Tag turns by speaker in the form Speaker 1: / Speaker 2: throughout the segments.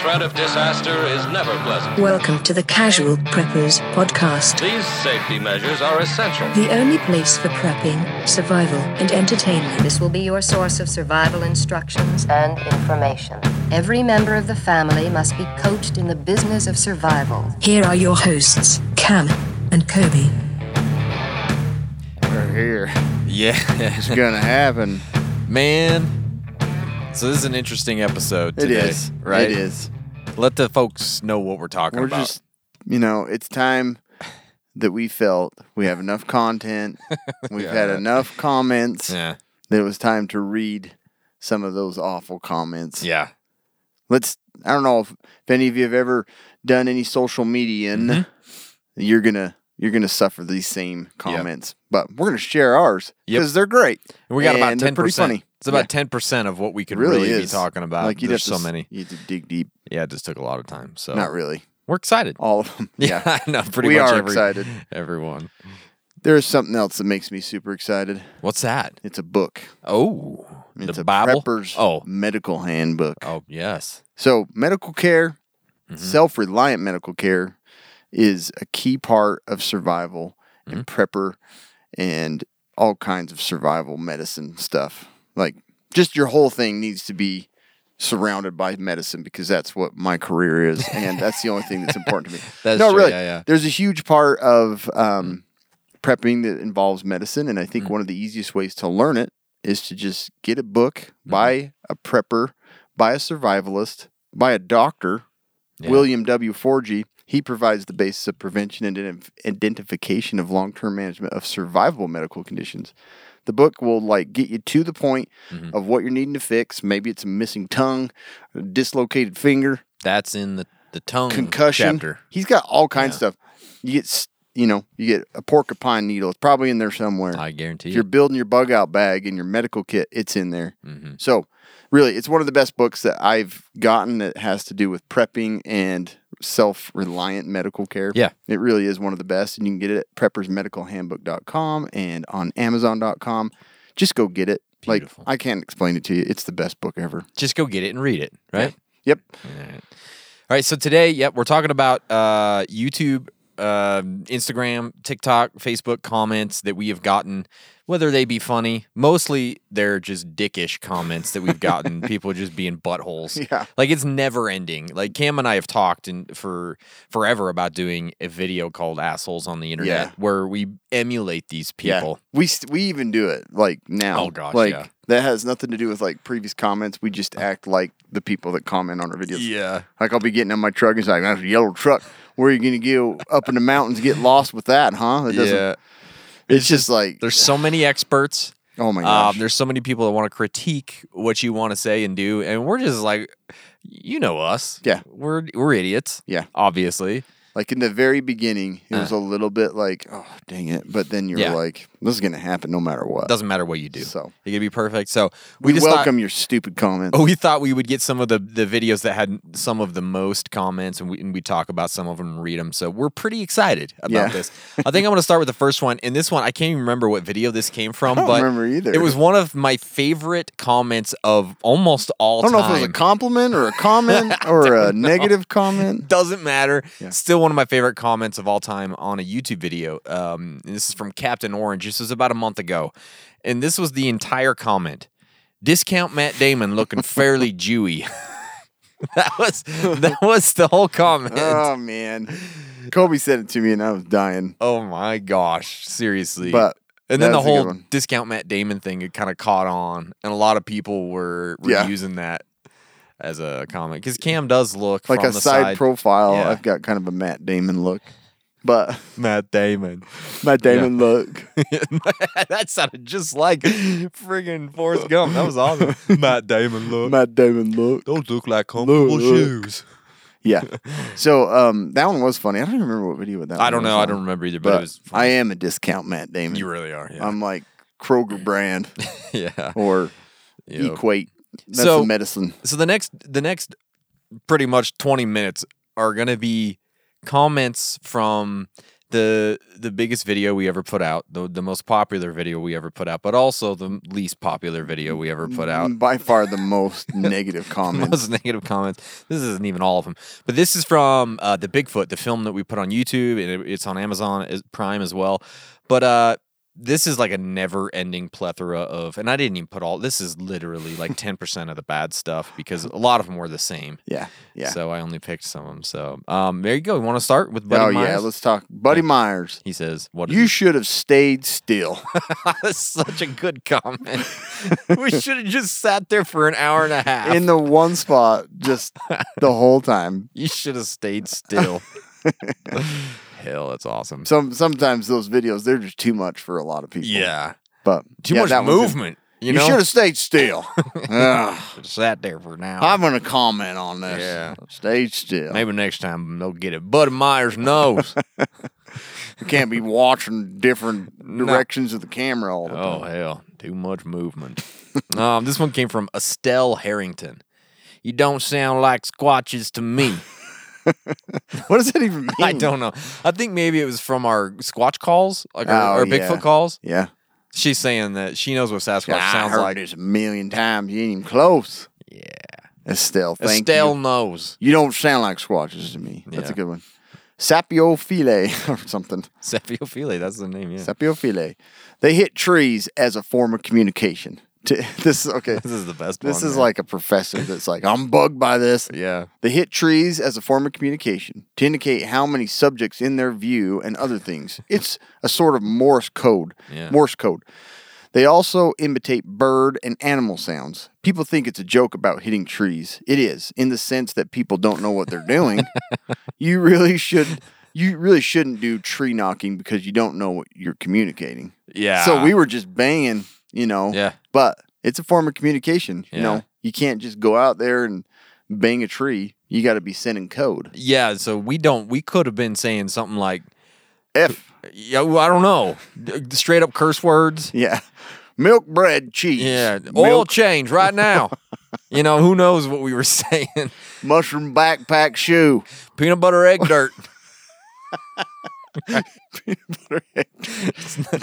Speaker 1: threat of disaster is never pleasant.
Speaker 2: Welcome to the Casual Preppers Podcast,
Speaker 1: These safety measures are essential.
Speaker 2: the only place for prepping, survival, and entertainment.
Speaker 3: This will be your source of survival instructions and information. Every member of the family must be coached in the business of survival.
Speaker 2: Here are your hosts, Cam and Kobe.
Speaker 4: We're here.
Speaker 5: Yeah,
Speaker 4: It's gonna happen.
Speaker 5: man. So this is an interesting episode.
Speaker 4: It
Speaker 5: Today,
Speaker 4: is.
Speaker 5: right.
Speaker 4: It is.
Speaker 5: Let the folks know what we're talking
Speaker 4: We're
Speaker 5: about.
Speaker 4: just, you know, it's time that we felt we have enough content. We've had enough comments
Speaker 5: yeah,
Speaker 4: that it was time to read some of those awful comments.
Speaker 5: yeah.
Speaker 4: Let's. I don't know if, if any of you have ever done any social media, and
Speaker 5: Mm-hmm.
Speaker 4: you're gonna you're gonna suffer these same comments, but we're gonna share ours
Speaker 5: Yep.
Speaker 4: because they're great.
Speaker 5: And we got about
Speaker 4: and they're
Speaker 5: ten
Speaker 4: pretty
Speaker 5: percent.
Speaker 4: funny.
Speaker 5: It's about
Speaker 4: Yeah.
Speaker 5: ten percent of what we could
Speaker 4: Really,
Speaker 5: really, be
Speaker 4: is.
Speaker 5: talking about.
Speaker 4: Like you'd
Speaker 5: There's
Speaker 4: have to
Speaker 5: so
Speaker 4: s-
Speaker 5: many.
Speaker 4: You have to dig deep.
Speaker 5: Yeah, it just took a lot of time. So
Speaker 4: Not really.
Speaker 5: we're excited.
Speaker 4: All of them.
Speaker 5: yeah.
Speaker 4: yeah.
Speaker 5: I know. Pretty
Speaker 4: We
Speaker 5: much
Speaker 4: are
Speaker 5: every-
Speaker 4: excited.
Speaker 5: Everyone.
Speaker 4: There's something else that makes me super excited.
Speaker 5: What's that?
Speaker 4: It's a book.
Speaker 5: Oh,
Speaker 4: It's
Speaker 5: the
Speaker 4: a
Speaker 5: Bible.
Speaker 4: prepper's
Speaker 5: Oh,
Speaker 4: medical handbook.
Speaker 5: oh yes.
Speaker 4: So medical care,
Speaker 5: Mm-hmm.
Speaker 4: self-reliant medical care, is a key part of survival
Speaker 5: Mm-hmm.
Speaker 4: and prepper and all kinds of survival medicine stuff. Like just your whole thing needs to be surrounded by medicine because that's what my career is and that's the only thing that's important to me.
Speaker 5: That's
Speaker 4: no,
Speaker 5: true,
Speaker 4: really.
Speaker 5: yeah, Mm-hmm. yeah.
Speaker 4: There's a huge part of um, prepping that involves medicine and I think
Speaker 5: Mm-hmm.
Speaker 4: one of the easiest ways to learn it is to just get a book
Speaker 5: Mm-hmm.
Speaker 4: by a prepper, by a survivalist, by a doctor, William W. Forgy. He provides the basis of prevention and ident- identification of long-term management of survivable medical conditions. The book will like get you to the point of what you're needing to fix. Maybe it's a missing tongue, a dislocated finger,
Speaker 5: That's in the the tongue
Speaker 4: concussion.
Speaker 5: Mm, chapter.
Speaker 4: He's got all kinds of stuff. You get, s- you know, you get a porcupine needle. It's probably in there somewhere.
Speaker 5: I guarantee
Speaker 4: If you're
Speaker 5: you.
Speaker 4: building your bug out bag and your medical kit, it's in there.
Speaker 5: Mm-hmm.
Speaker 4: So, really, it's one of the best books that I've gotten that has to do with prepping and self reliant medical care.
Speaker 5: Yeah.
Speaker 4: It really is one of the best. And you can get it at preppersmedicalhandbook.com and on amazon.com. Just go get it.
Speaker 5: Beautiful.
Speaker 4: Like, I can't explain it to you. It's the best book ever.
Speaker 5: Just go get it and read it. Right.
Speaker 4: Yep.
Speaker 5: All right, so today, yep, we're talking about uh, YouTube, um Instagram, TikTok, Facebook comments that we have gotten, whether they be funny. Mostly, they're just dickish comments that we've gotten. people just being buttholes.
Speaker 4: Yeah.
Speaker 5: like it's never ending. Like Cam and I have talked in, for forever about doing a video called "Assholes on the Internet,"
Speaker 4: Yeah.
Speaker 5: where we emulate these people.
Speaker 4: Yeah. We, st- we even do it like now.
Speaker 5: Oh, gosh,
Speaker 4: Like,
Speaker 5: yeah. Uh.
Speaker 4: that has nothing to do with like previous comments. We just act like the people that comment on our videos.
Speaker 5: Yeah.
Speaker 4: Like I'll be getting in my truck and it's like that's a yellow truck. Where are you gonna go up in the mountains and get lost with that, huh? It doesn't
Speaker 5: yeah.
Speaker 4: it's just like
Speaker 5: There's so many experts.
Speaker 4: oh my gosh.
Speaker 5: Um, there's so many people that want to critique what you want to say and do, and we're just like, you know us.
Speaker 4: Yeah.
Speaker 5: we're we're idiots.
Speaker 4: Yeah.
Speaker 5: obviously.
Speaker 4: like in the very beginning, it was a little bit like, oh dang it. But then you're
Speaker 5: Uh. Yeah.
Speaker 4: like, this is gonna happen no matter what.
Speaker 5: Doesn't matter what you do.
Speaker 4: So.
Speaker 5: you can be perfect. So
Speaker 4: we
Speaker 5: just
Speaker 4: welcome
Speaker 5: Thought,
Speaker 4: your stupid comments.
Speaker 5: Oh, we thought we would get some of the, the videos that had some of the most comments, and we and we talk about some of them, and read them. So we're pretty excited about
Speaker 4: Yeah.
Speaker 5: this. I think I'm going to start with the first one, and this one I can't even remember what video this came from.
Speaker 4: don't
Speaker 5: but
Speaker 4: remember either.
Speaker 5: It was one of my favorite comments of almost all
Speaker 4: I don't
Speaker 5: time.
Speaker 4: know if it was a compliment or a comment or a negative comment.
Speaker 5: Doesn't matter. Still one of my favorite comments of all time on a YouTube video. Um, and this is from Captain Orange. This was about a month ago. And this was the entire comment. Discount Matt Damon looking fairly Jewy. that was that was the whole comment.
Speaker 4: Oh man. Kobe said it to me and I was dying.
Speaker 5: oh my gosh. Seriously.
Speaker 4: But
Speaker 5: and then
Speaker 4: that
Speaker 5: the
Speaker 4: was a good
Speaker 5: whole
Speaker 4: one.
Speaker 5: discount Matt Damon thing it kind of caught on. And a lot of people were, were
Speaker 4: Yeah.
Speaker 5: using that as a comment. Because Cam does look
Speaker 4: like
Speaker 5: from
Speaker 4: a
Speaker 5: the
Speaker 4: side,
Speaker 5: side
Speaker 4: profile.
Speaker 5: Yeah.
Speaker 4: I've got kind of a Matt Damon look, but
Speaker 5: Matt Damon.
Speaker 4: Matt Damon look.
Speaker 5: that sounded just like friggin' Forrest Gump. That was awesome. Matt Damon look.
Speaker 4: Matt Damon look.
Speaker 5: Those look like comfortable
Speaker 4: Look.
Speaker 5: shoes.
Speaker 4: Yeah. So um, that one was funny. I don't even remember what video that.
Speaker 5: I
Speaker 4: one
Speaker 5: don't
Speaker 4: was
Speaker 5: know. I
Speaker 4: on,
Speaker 5: don't remember either, but,
Speaker 4: But
Speaker 5: it was.
Speaker 4: I am a discount Matt Damon.
Speaker 5: You really are. Yeah.
Speaker 4: I'm like Kroger brand
Speaker 5: yeah.
Speaker 4: or
Speaker 5: Yep.
Speaker 4: Equate. That's
Speaker 5: So-
Speaker 4: the medicine.
Speaker 5: So the next, the next, pretty much twenty minutes are gonna be comments from the the biggest video we ever put out, the the most popular video we ever put out, but also the least popular video we ever put out.
Speaker 4: By far the most negative comment.
Speaker 5: Most negative comments. This isn't even all of them, but this is from uh, the Bigfoot, the film that we put on YouTube, and it, it's on Amazon as- Prime as well. But uh, this is like a never-ending plethora of, and I didn't even put all. This is literally like ten percent of the bad stuff because a lot of them were the same.
Speaker 4: Yeah, yeah.
Speaker 5: So I only picked some of them. So um, there you go. You want to start with Buddy
Speaker 4: oh yeah,
Speaker 5: Myers?
Speaker 4: let's talk, Buddy Myers.
Speaker 5: he says, "What is
Speaker 4: You should have stayed still.
Speaker 5: That's such a good comment. we should have just sat there for an hour and a half.
Speaker 4: in the one spot just the whole time.
Speaker 5: you should have stayed still. Hell, that's awesome.
Speaker 4: Some sometimes those videos they're just too much for a lot of people.
Speaker 5: yeah,
Speaker 4: but
Speaker 5: too
Speaker 4: yeah, that
Speaker 5: much
Speaker 4: one's in-
Speaker 5: movement. You
Speaker 4: You,
Speaker 5: know,
Speaker 4: should have stayed still. Ugh.
Speaker 5: Should've sat there for an hour.
Speaker 4: I'm gonna comment on this.
Speaker 5: Yeah.
Speaker 4: stay still.
Speaker 5: Maybe next time they'll get it. Bud Myers knows.
Speaker 4: You can't be watching different directions of the camera all the time.
Speaker 5: Oh hell, too much movement. um, this one came from Estelle Harrington. You don't sound like squatches to me.
Speaker 4: What does that even mean?
Speaker 5: I don't know. I think maybe it was from our Squatch calls, like our,
Speaker 4: Oh,
Speaker 5: our
Speaker 4: yeah.
Speaker 5: Bigfoot calls.
Speaker 4: Yeah,
Speaker 5: She's saying that she knows what Sasquatch
Speaker 4: I
Speaker 5: sounds
Speaker 4: heard
Speaker 5: like.
Speaker 4: this a million times. You ain't even close.
Speaker 5: Yeah.
Speaker 4: Estelle, thank
Speaker 5: Estelle
Speaker 4: you.
Speaker 5: knows.
Speaker 4: You don't sound like squatches to me. That's
Speaker 5: Yeah.
Speaker 4: a good one. Sapiophile or something.
Speaker 5: Sapiophile, that's the name, yeah.
Speaker 4: Sapiophile. They hit trees as a form of communication. To- this is okay.
Speaker 5: this is the best
Speaker 4: This
Speaker 5: one.
Speaker 4: is
Speaker 5: man.
Speaker 4: like a professor that's like, I'm bugged by this.
Speaker 5: Yeah.
Speaker 4: They hit trees as a form of communication to indicate how many subjects in their view and other things. It's a sort of Morse code.
Speaker 5: Yeah.
Speaker 4: Morse code. They also imitate bird and animal sounds. People think it's a joke about hitting trees. It is, in the sense that people don't know what they're doing. you really should you really shouldn't do tree knocking because you don't know what you're communicating.
Speaker 5: Yeah.
Speaker 4: So we were just banging, you know.
Speaker 5: Yeah.
Speaker 4: But it's a form of communication. You
Speaker 5: Yeah.
Speaker 4: know, you can't just go out there and bang a tree. You got to be sending code.
Speaker 5: Yeah, so we don't we could have been saying something like
Speaker 4: F.
Speaker 5: yeah, well, I don't know. d- Straight up curse words.
Speaker 4: Yeah. Milk bread cheese.
Speaker 5: Yeah. Oil
Speaker 4: Milk,
Speaker 5: change right now. you know, who knows what we were saying?
Speaker 4: mushroom backpack shoe.
Speaker 5: Peanut butter egg dirt.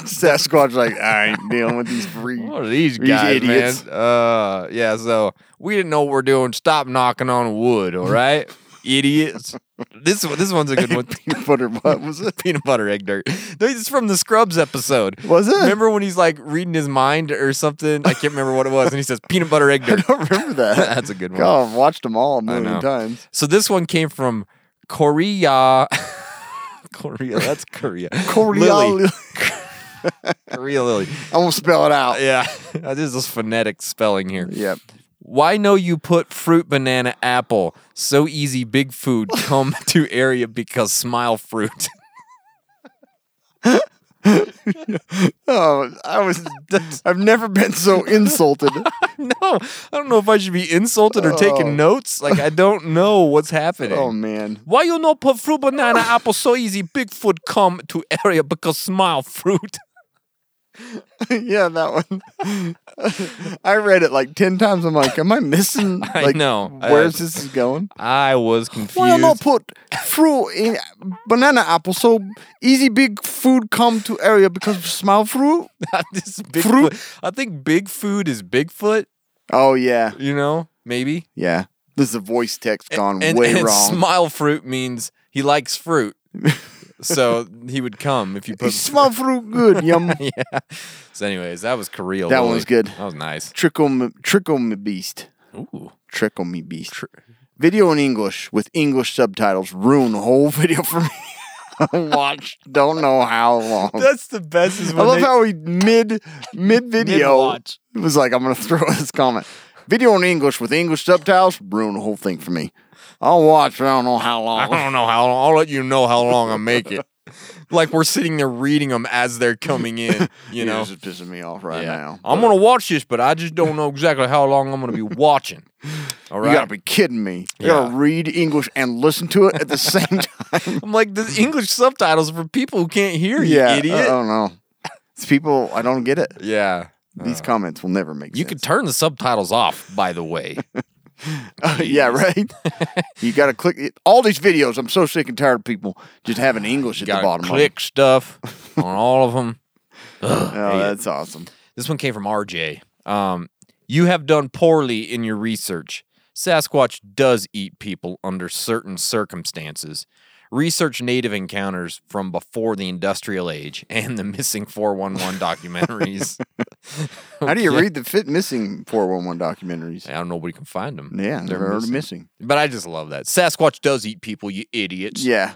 Speaker 4: Sasquatch like I ain't dealing with these free.
Speaker 5: What are these
Speaker 4: These
Speaker 5: guys,
Speaker 4: idiots.
Speaker 5: man? Uh, yeah. So we didn't know what we're doing. Stop knocking on wood, all right, idiots. This one, this one's a good one.
Speaker 4: Peanut butter butt was it?
Speaker 5: Peanut butter egg dirt. No, this is from the Scrubs episode.
Speaker 4: Was it?
Speaker 5: Remember when he's like reading his mind or something? I can't remember what it was, and he says peanut butter egg dirt.
Speaker 4: I don't remember that.
Speaker 5: That's a good one.
Speaker 4: God, I've watched them all a million
Speaker 5: know.
Speaker 4: times.
Speaker 5: So this one came from Korea. Korea, that's Korea.
Speaker 4: Korea
Speaker 5: Lily.
Speaker 4: Lily.
Speaker 5: Korea Lily.
Speaker 4: I won't spell it out.
Speaker 5: Yeah, this is this phonetic spelling here.
Speaker 4: Yep.
Speaker 5: Why no you put fruit banana apple? So easy big food come to area because smile fruit.
Speaker 4: Oh, I was. I've never been so insulted.
Speaker 5: no, I don't know if I should be insulted or taking notes. Like I don't know what's happening.
Speaker 4: oh man.
Speaker 5: Why you no put fruit banana apple so easy big food come to area because smile fruit.
Speaker 4: yeah, that one. I read it like ten times. I'm like, am I missing? Like,
Speaker 5: I know. I-
Speaker 4: Where's this is going?
Speaker 5: I was confused.
Speaker 4: Why not put fruit in banana apple so easy big food come to area because of smell fruit?
Speaker 5: This is Bigfoot-
Speaker 4: Fruit.
Speaker 5: I think big food is Bigfoot,
Speaker 4: Oh yeah,
Speaker 5: you know, maybe.
Speaker 4: yeah. This is a voice text gone way
Speaker 5: and
Speaker 4: wrong.
Speaker 5: Smile fruit means he likes fruit. so he would come if you
Speaker 4: Hey,
Speaker 5: put
Speaker 4: smell fruit good, yum.
Speaker 5: yeah. So anyways, that was Korea.
Speaker 4: That
Speaker 5: Lily.
Speaker 4: one's good.
Speaker 5: That was nice.
Speaker 4: Trickle me, trickle me beast.
Speaker 5: Ooh.
Speaker 4: Trickle me beast. video in English with English subtitles ruin the whole video for me. I watched don't know how long.
Speaker 5: That's the best is
Speaker 4: I
Speaker 5: when
Speaker 4: love
Speaker 5: they-
Speaker 4: how he mid mid video
Speaker 5: Mid-watch.
Speaker 4: was like, I'm gonna throw this comment. Video in English with English subtitles ruined the whole thing for me. I'll watch. I don't know how
Speaker 5: I
Speaker 4: long.
Speaker 5: don't know how long. I'll let you know how long I make it. like we're sitting there reading them as they're coming in, you know.
Speaker 4: this is pissing me off right now.
Speaker 5: I'm gonna watch this, but I just don't know exactly how long I'm gonna be watching. All
Speaker 4: You
Speaker 5: right.
Speaker 4: gotta be kidding me. You gotta
Speaker 5: Yeah.
Speaker 4: read English and listen to it at the same time.
Speaker 5: I'm like the English subtitles for people who can't hear you,
Speaker 4: yeah,
Speaker 5: idiot.
Speaker 4: I don't know. It's people. I don't get it.
Speaker 5: yeah.
Speaker 4: These comments will never make
Speaker 5: Oh. You
Speaker 4: sense.
Speaker 5: could turn the subtitles off, by the way.
Speaker 4: Uh, yeah, right. you got to click it. all these videos. I'm so sick and tired of people just having English at the
Speaker 5: Gotta
Speaker 4: bottom. of
Speaker 5: click stuff on all of them.
Speaker 4: them. Oh, that's awesome.
Speaker 5: This one came from RJ. Um, you have done poorly in your research. Sasquatch does eat people under certain circumstances. Research native encounters from before the industrial age and the missing 411 documentaries.
Speaker 4: How do you read the fit missing 411 documentaries?
Speaker 5: I don't know where you can find them.
Speaker 4: Yeah, they're, already missing.
Speaker 5: But I just love that. Sasquatch does eat people, you idiots.
Speaker 4: Yeah.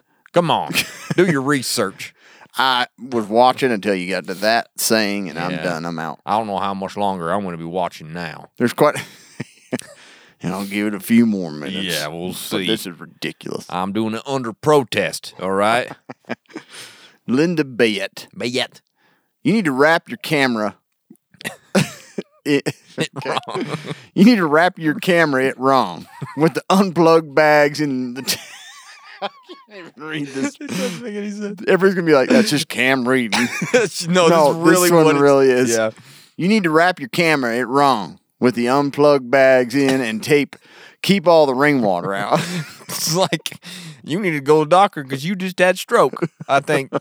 Speaker 5: Come on. do your research.
Speaker 4: I was watching until you got to that saying, and I'm
Speaker 5: Yeah.
Speaker 4: done. I'm out.
Speaker 5: I don't know how much longer I'm going to be watching now.
Speaker 4: There's quite. and I'll give it a few more minutes.
Speaker 5: Yeah, we'll
Speaker 4: But
Speaker 5: see.
Speaker 4: this is ridiculous.
Speaker 5: I'm doing it under protest, all right?
Speaker 4: Linda Bayette,
Speaker 5: but yet.
Speaker 4: you need to wrap your camera. it, okay. You need to wrap your camera it wrong with the unplugged bags and the. I can't even read this. Everybody's gonna be like, "That's just cam reading."
Speaker 5: no,
Speaker 4: no,
Speaker 5: this is really
Speaker 4: one
Speaker 5: what it's-
Speaker 4: really is.
Speaker 5: Yeah.
Speaker 4: You need to wrap your camera it wrong with the unplugged bags in and tape. Keep all the rainwater out.
Speaker 5: It's like you need to go to the doctor because you just had stroke. I think.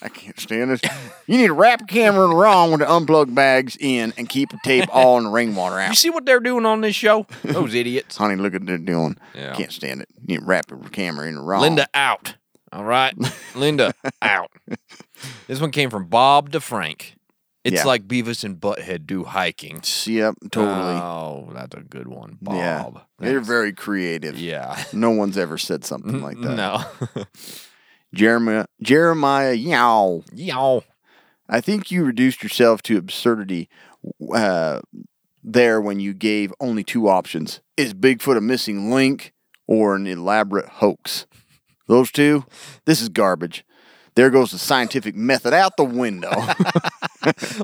Speaker 4: I can't stand this. You need to wrap your camera wrong with the unplugged bags in and keep the tape all in the rainwater
Speaker 5: you
Speaker 4: out.
Speaker 5: see what they're doing on this show? Those idiots.
Speaker 4: Honey, look at what they're doing.
Speaker 5: Yeah.
Speaker 4: Can't stand it. You need to wrap your camera in wrong.
Speaker 5: Linda out. All right. Linda out. This one came from Bob DeFrank. It's
Speaker 4: Yeah.
Speaker 5: like Beavis and Butthead do hiking.
Speaker 4: Yep, totally.
Speaker 5: Oh, that's a good one, Bob.
Speaker 4: yeah. They're
Speaker 5: Thanks.
Speaker 4: very creative.
Speaker 5: Yeah.
Speaker 4: No one's ever said something like that.
Speaker 5: No.
Speaker 4: Jeremiah, Jeremiah Yow.
Speaker 5: Yow.
Speaker 4: I think you reduced yourself to absurdity uh, there when you gave only two options. Is Bigfoot a missing link or an elaborate hoax? Those two, this is garbage. There goes the scientific method out the window.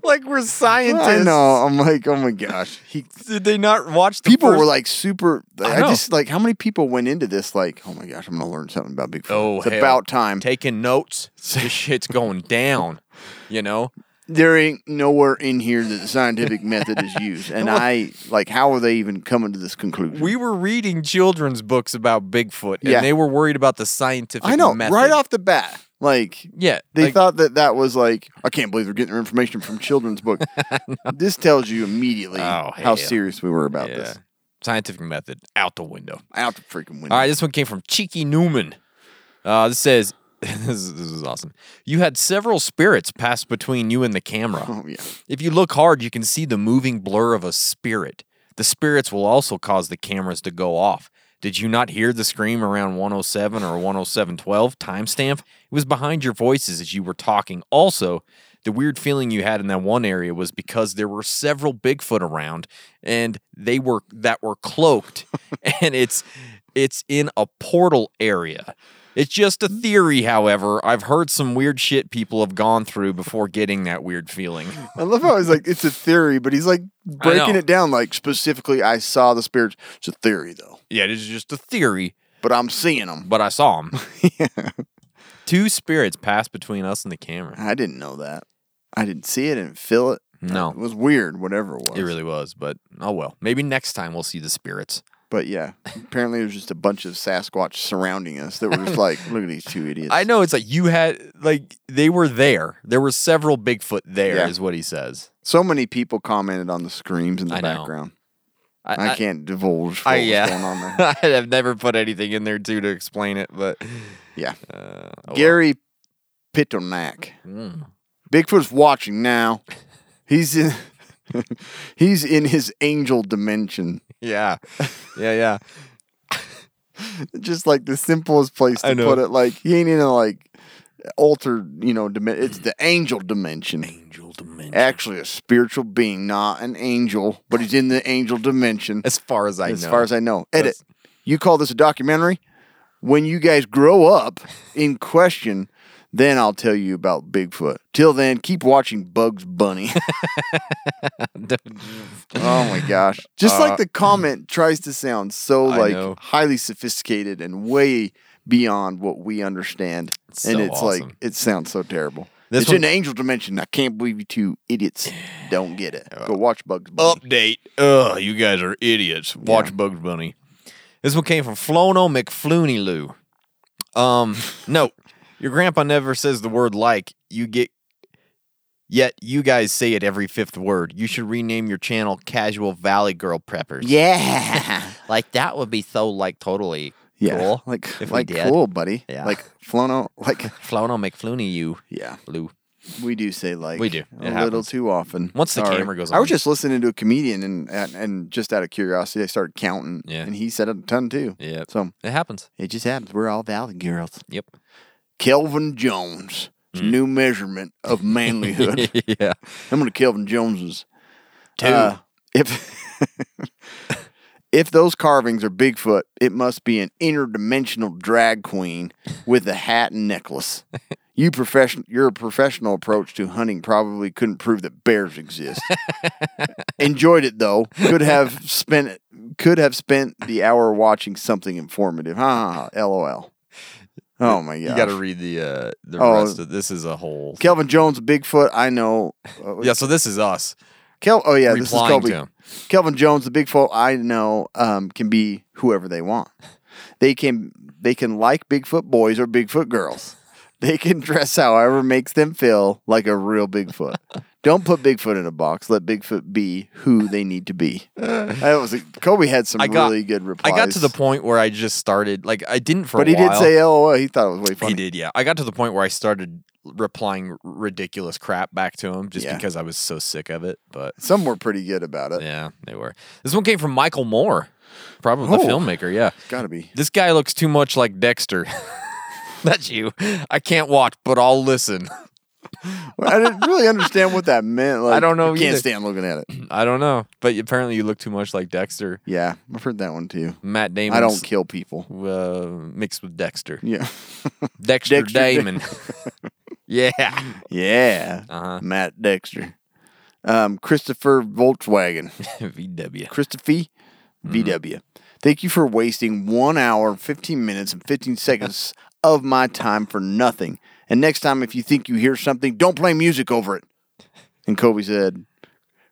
Speaker 5: Like we're scientists.
Speaker 4: I know. I'm like, oh my gosh. He,
Speaker 5: Did they not watch the
Speaker 4: people
Speaker 5: first-
Speaker 4: were like super.
Speaker 5: I
Speaker 4: I,
Speaker 5: know.
Speaker 4: just like how many people went into this like, oh my gosh, I'm gonna learn something about Bigfoot.
Speaker 5: Oh,
Speaker 4: it's
Speaker 5: hell.
Speaker 4: about time.
Speaker 5: taking notes. This shit's going down. You know,
Speaker 4: there ain't nowhere in here that the scientific method is used. And I like, how are they even coming to this conclusion?
Speaker 5: we were reading children's books about Bigfoot, and
Speaker 4: Yeah.
Speaker 5: they were worried about the scientific.
Speaker 4: I know
Speaker 5: method.
Speaker 4: right off the bat, like
Speaker 5: Yeah,
Speaker 4: they
Speaker 5: like,
Speaker 4: thought that that was like, I can't believe they're getting their information from children's book. This tells you immediately
Speaker 5: Oh, hell.
Speaker 4: how serious we were about
Speaker 5: yeah.
Speaker 4: this.
Speaker 5: Scientific method out the window.
Speaker 4: Out the freaking window.
Speaker 5: All right, this one came from Cheeky Newman. Uh, this says, this, is, "This is awesome. You had several spirits pass between you and the camera.
Speaker 4: Oh, yeah.
Speaker 5: If you look hard, you can see the moving blur of a spirit. The spirits will also cause the cameras to go off. Did you not hear the scream around 107 or 10712 timestamp? It was behind your voices as you were talking. Also, the weird feeling you had in that one area was because there were several Bigfoot around and they were that were cloaked and it's it's in a portal area. It's just a theory, however. I've heard some weird shit people have gone through before getting that weird feeling.
Speaker 4: I love how he's like, it's a theory, but he's like breaking
Speaker 5: know.
Speaker 4: it down. Like specifically, I saw the spirits. It's a theory though,
Speaker 5: Yeah, this is just a theory,
Speaker 4: but I'm seeing them.
Speaker 5: but I saw him. Two spirits passed between us and the camera.
Speaker 4: I didn't know that. I didn't see it. I didn't feel it. It
Speaker 5: No,
Speaker 4: was weird, whatever it was.
Speaker 5: it really was, but oh well. Maybe next time we'll see the spirits.
Speaker 4: But yeah, apparently there's just a bunch of Sasquatch surrounding us that were just like, look at these two idiots.
Speaker 5: I know it's like you had, like, they were there. There were several Bigfoot there, is
Speaker 4: Yeah.
Speaker 5: what he says.
Speaker 4: So many people commented on the screams in the
Speaker 5: I know.
Speaker 4: background.
Speaker 5: I,
Speaker 4: I, can't divulge what
Speaker 5: I,
Speaker 4: was
Speaker 5: yeah.
Speaker 4: going on there.
Speaker 5: I have never put anything in there, too, to explain it, but
Speaker 4: Yeah.
Speaker 5: uh, oh
Speaker 4: Gary Pitonak.
Speaker 5: well. Mm.
Speaker 4: Bigfoot's watching now. He's in he's in his angel dimension.
Speaker 5: Yeah. Yeah, yeah.
Speaker 4: Just like the simplest place
Speaker 5: I
Speaker 4: to
Speaker 5: know.
Speaker 4: put it. Like he ain't in a like altered, you know, dimension. It's the angel dimension.
Speaker 5: Angel dimension.
Speaker 4: actually a spiritual being, not an angel, but he's in the angel dimension.
Speaker 5: As far as I
Speaker 4: as
Speaker 5: know.
Speaker 4: far as I know. Edit.
Speaker 5: That's-
Speaker 4: You call this a documentary? When you guys grow up in question, then I'll tell you about Bigfoot. Till then, keep watching Bugs Bunny. oh my gosh. Just like the comment tries to sound so
Speaker 5: Uh, I
Speaker 4: like
Speaker 5: know.
Speaker 4: highly sophisticated and way beyond what we understand.
Speaker 5: It's
Speaker 4: and
Speaker 5: so
Speaker 4: it's like
Speaker 5: awesome.
Speaker 4: it sounds so terrible.
Speaker 5: This
Speaker 4: it's
Speaker 5: one-
Speaker 4: in the angel dimension. I can't believe you two idiots don't get it.
Speaker 5: Oh.
Speaker 4: Go watch Bugs Bunny.
Speaker 5: Update. Ugh, you guys are idiots. Watch Bugs Bunny. This one came from Flono McFlooney Lou. Um, no, your grandpa never says the word like. You get, yet you guys say it every fifth word. You should rename your channel Casual Valley Girl Preppers.
Speaker 4: Yeah.
Speaker 5: Like that would be so like totally
Speaker 4: yeah.
Speaker 5: cool.
Speaker 4: Like,
Speaker 5: if we
Speaker 4: like
Speaker 5: did.
Speaker 4: cool, buddy.
Speaker 5: Yeah.
Speaker 4: Like, Flono, like,
Speaker 5: Flono McFlooney you
Speaker 4: yeah.
Speaker 5: Lou.
Speaker 4: We do say like
Speaker 5: We do. It
Speaker 4: a little
Speaker 5: happens.
Speaker 4: too often.
Speaker 5: Once the camera goes
Speaker 4: I
Speaker 5: on.
Speaker 4: was just listening to a comedian and and, and just out of curiosity, I started counting.
Speaker 5: Yeah.
Speaker 4: and he said a ton too.
Speaker 5: Yep.
Speaker 4: so
Speaker 5: It happens.
Speaker 4: it just happens. We're all valley girls.
Speaker 5: Yep.
Speaker 4: Kelvin Jones, It's a new measurement of manlyhood.
Speaker 5: yeah.
Speaker 4: How many Kelvin Joneses?
Speaker 5: Two.
Speaker 4: Uh, if if those carvings are Bigfoot, it must be an interdimensional drag queen with a hat and necklace. You profession your professional approach to hunting probably couldn't prove that bears exist. Enjoyed it though. Could have spent could have spent the hour watching something informative. Ha, ha, ha, LOL. Oh my god.
Speaker 5: You got to read the uh the
Speaker 4: Oh.
Speaker 5: rest of this is a whole.
Speaker 4: Kelvin Jones, Bigfoot. I know. Uh,
Speaker 5: yeah, so this is us.
Speaker 4: Kel- oh yeah, this is
Speaker 5: Replying to
Speaker 4: Colby.
Speaker 5: him.
Speaker 4: Kelvin Jones, the big folk I know, um, can be whoever they want. They can they can like Bigfoot boys or Bigfoot girls. They can dress however makes them feel like a real Bigfoot. Don't put Bigfoot in a box. Let Bigfoot be who they need to be. That was Kobe had some
Speaker 5: I got
Speaker 4: really good replies.
Speaker 5: I got to the point where I just started like I didn't for
Speaker 4: but
Speaker 5: a
Speaker 4: he did
Speaker 5: while.
Speaker 4: say LOL. He thought it was way funny.
Speaker 5: He did, yeah. I got to the point where I started replying ridiculous crap back to him just
Speaker 4: Yeah.
Speaker 5: because I was so sick of it. But
Speaker 4: Some were pretty good about it.
Speaker 5: yeah, they were. This one came from Michael Moore, probably the
Speaker 4: Oh.
Speaker 5: filmmaker. Yeah,
Speaker 4: Gotta be.
Speaker 5: this guy looks too much like Dexter. That's you. I can't watch, but I'll listen.
Speaker 4: Well, I didn't really understand what that meant. Like,
Speaker 5: don't know
Speaker 4: I can't
Speaker 5: either.
Speaker 4: stand looking at it.
Speaker 5: I don't know, but apparently you look too much like Dexter.
Speaker 4: Yeah, I've heard that one too.
Speaker 5: Matt Damon.
Speaker 4: I don't kill people.
Speaker 5: Uh, mixed with Dexter.
Speaker 4: Yeah.
Speaker 5: Dexter,
Speaker 4: Dexter Da-
Speaker 5: Damon. yeah.
Speaker 4: Yeah.
Speaker 5: Uh-huh.
Speaker 4: Matt Dexter. Um, Christopher Volkswagen.
Speaker 5: VW.
Speaker 4: Christophe
Speaker 5: Mm-hmm.
Speaker 4: VW. Thank you for wasting one hour, 15 minutes, and 15 seconds of my time for nothing. And next time, if you think you hear something, don't play music over it. And Kobe said,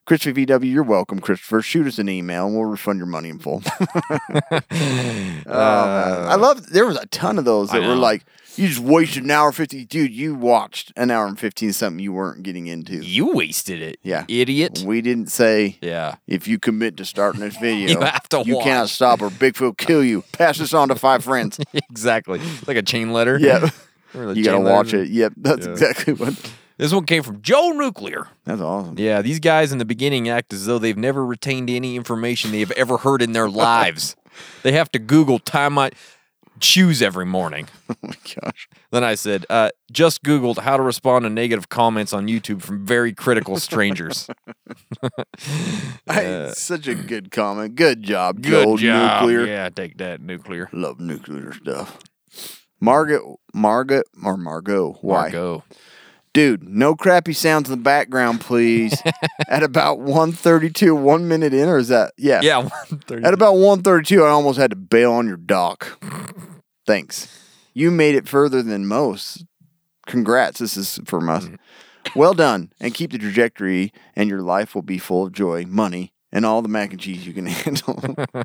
Speaker 4: Christopher VW, you're welcome, Christopher. Shoot us an email and we'll refund your money in full. oh,
Speaker 5: Uh,
Speaker 4: man. I love, there was a ton of those that
Speaker 5: I
Speaker 4: were
Speaker 5: know.
Speaker 4: like, you just wasted an hour 50. Dude, you watched an hour and 15 something you weren't getting into.
Speaker 5: You wasted it.
Speaker 4: Yeah.
Speaker 5: Idiot.
Speaker 4: We didn't say
Speaker 5: Yeah.
Speaker 4: if you commit to starting this video,
Speaker 5: You have to
Speaker 4: You cannot
Speaker 5: watch.
Speaker 4: stop or Bigfoot will kill you. Pass this on to five friends.
Speaker 5: Exactly. It's like a chain letter.
Speaker 4: Yep.
Speaker 5: Remember the
Speaker 4: you gotta
Speaker 5: chain
Speaker 4: watch
Speaker 5: letters?
Speaker 4: it. Yep, that's
Speaker 5: Yeah.
Speaker 4: exactly what.
Speaker 5: This one came from Joe Nuclear.
Speaker 4: That's awesome.
Speaker 5: Yeah, these guys in the beginning act as though they've never retained any information they've ever heard in their lives. They have to Google time I choose every morning.
Speaker 4: Oh my gosh.
Speaker 5: Then I said, uh, just Googled how to respond to negative comments on YouTube from very critical strangers.
Speaker 4: I- such a good comment. Good job,
Speaker 5: Good
Speaker 4: Joe
Speaker 5: job.
Speaker 4: Nuclear.
Speaker 5: Yeah, take that, Nuclear.
Speaker 4: Love nuclear stuff. Margaret, Margaret, or Margot. Why?
Speaker 5: Margot.
Speaker 4: Dude, no crappy sounds in the background, please. At about 132, one minute in, or is that? Yeah.
Speaker 5: Yeah, 1:30.
Speaker 4: At about 132, I almost had to bail on your dock. Thanks. You made it further than most. Congrats. This is from us.
Speaker 5: Mm-hmm.
Speaker 4: Well done. And keep the trajectory, and your life will be full of joy, money, and all the mac and cheese you can handle. I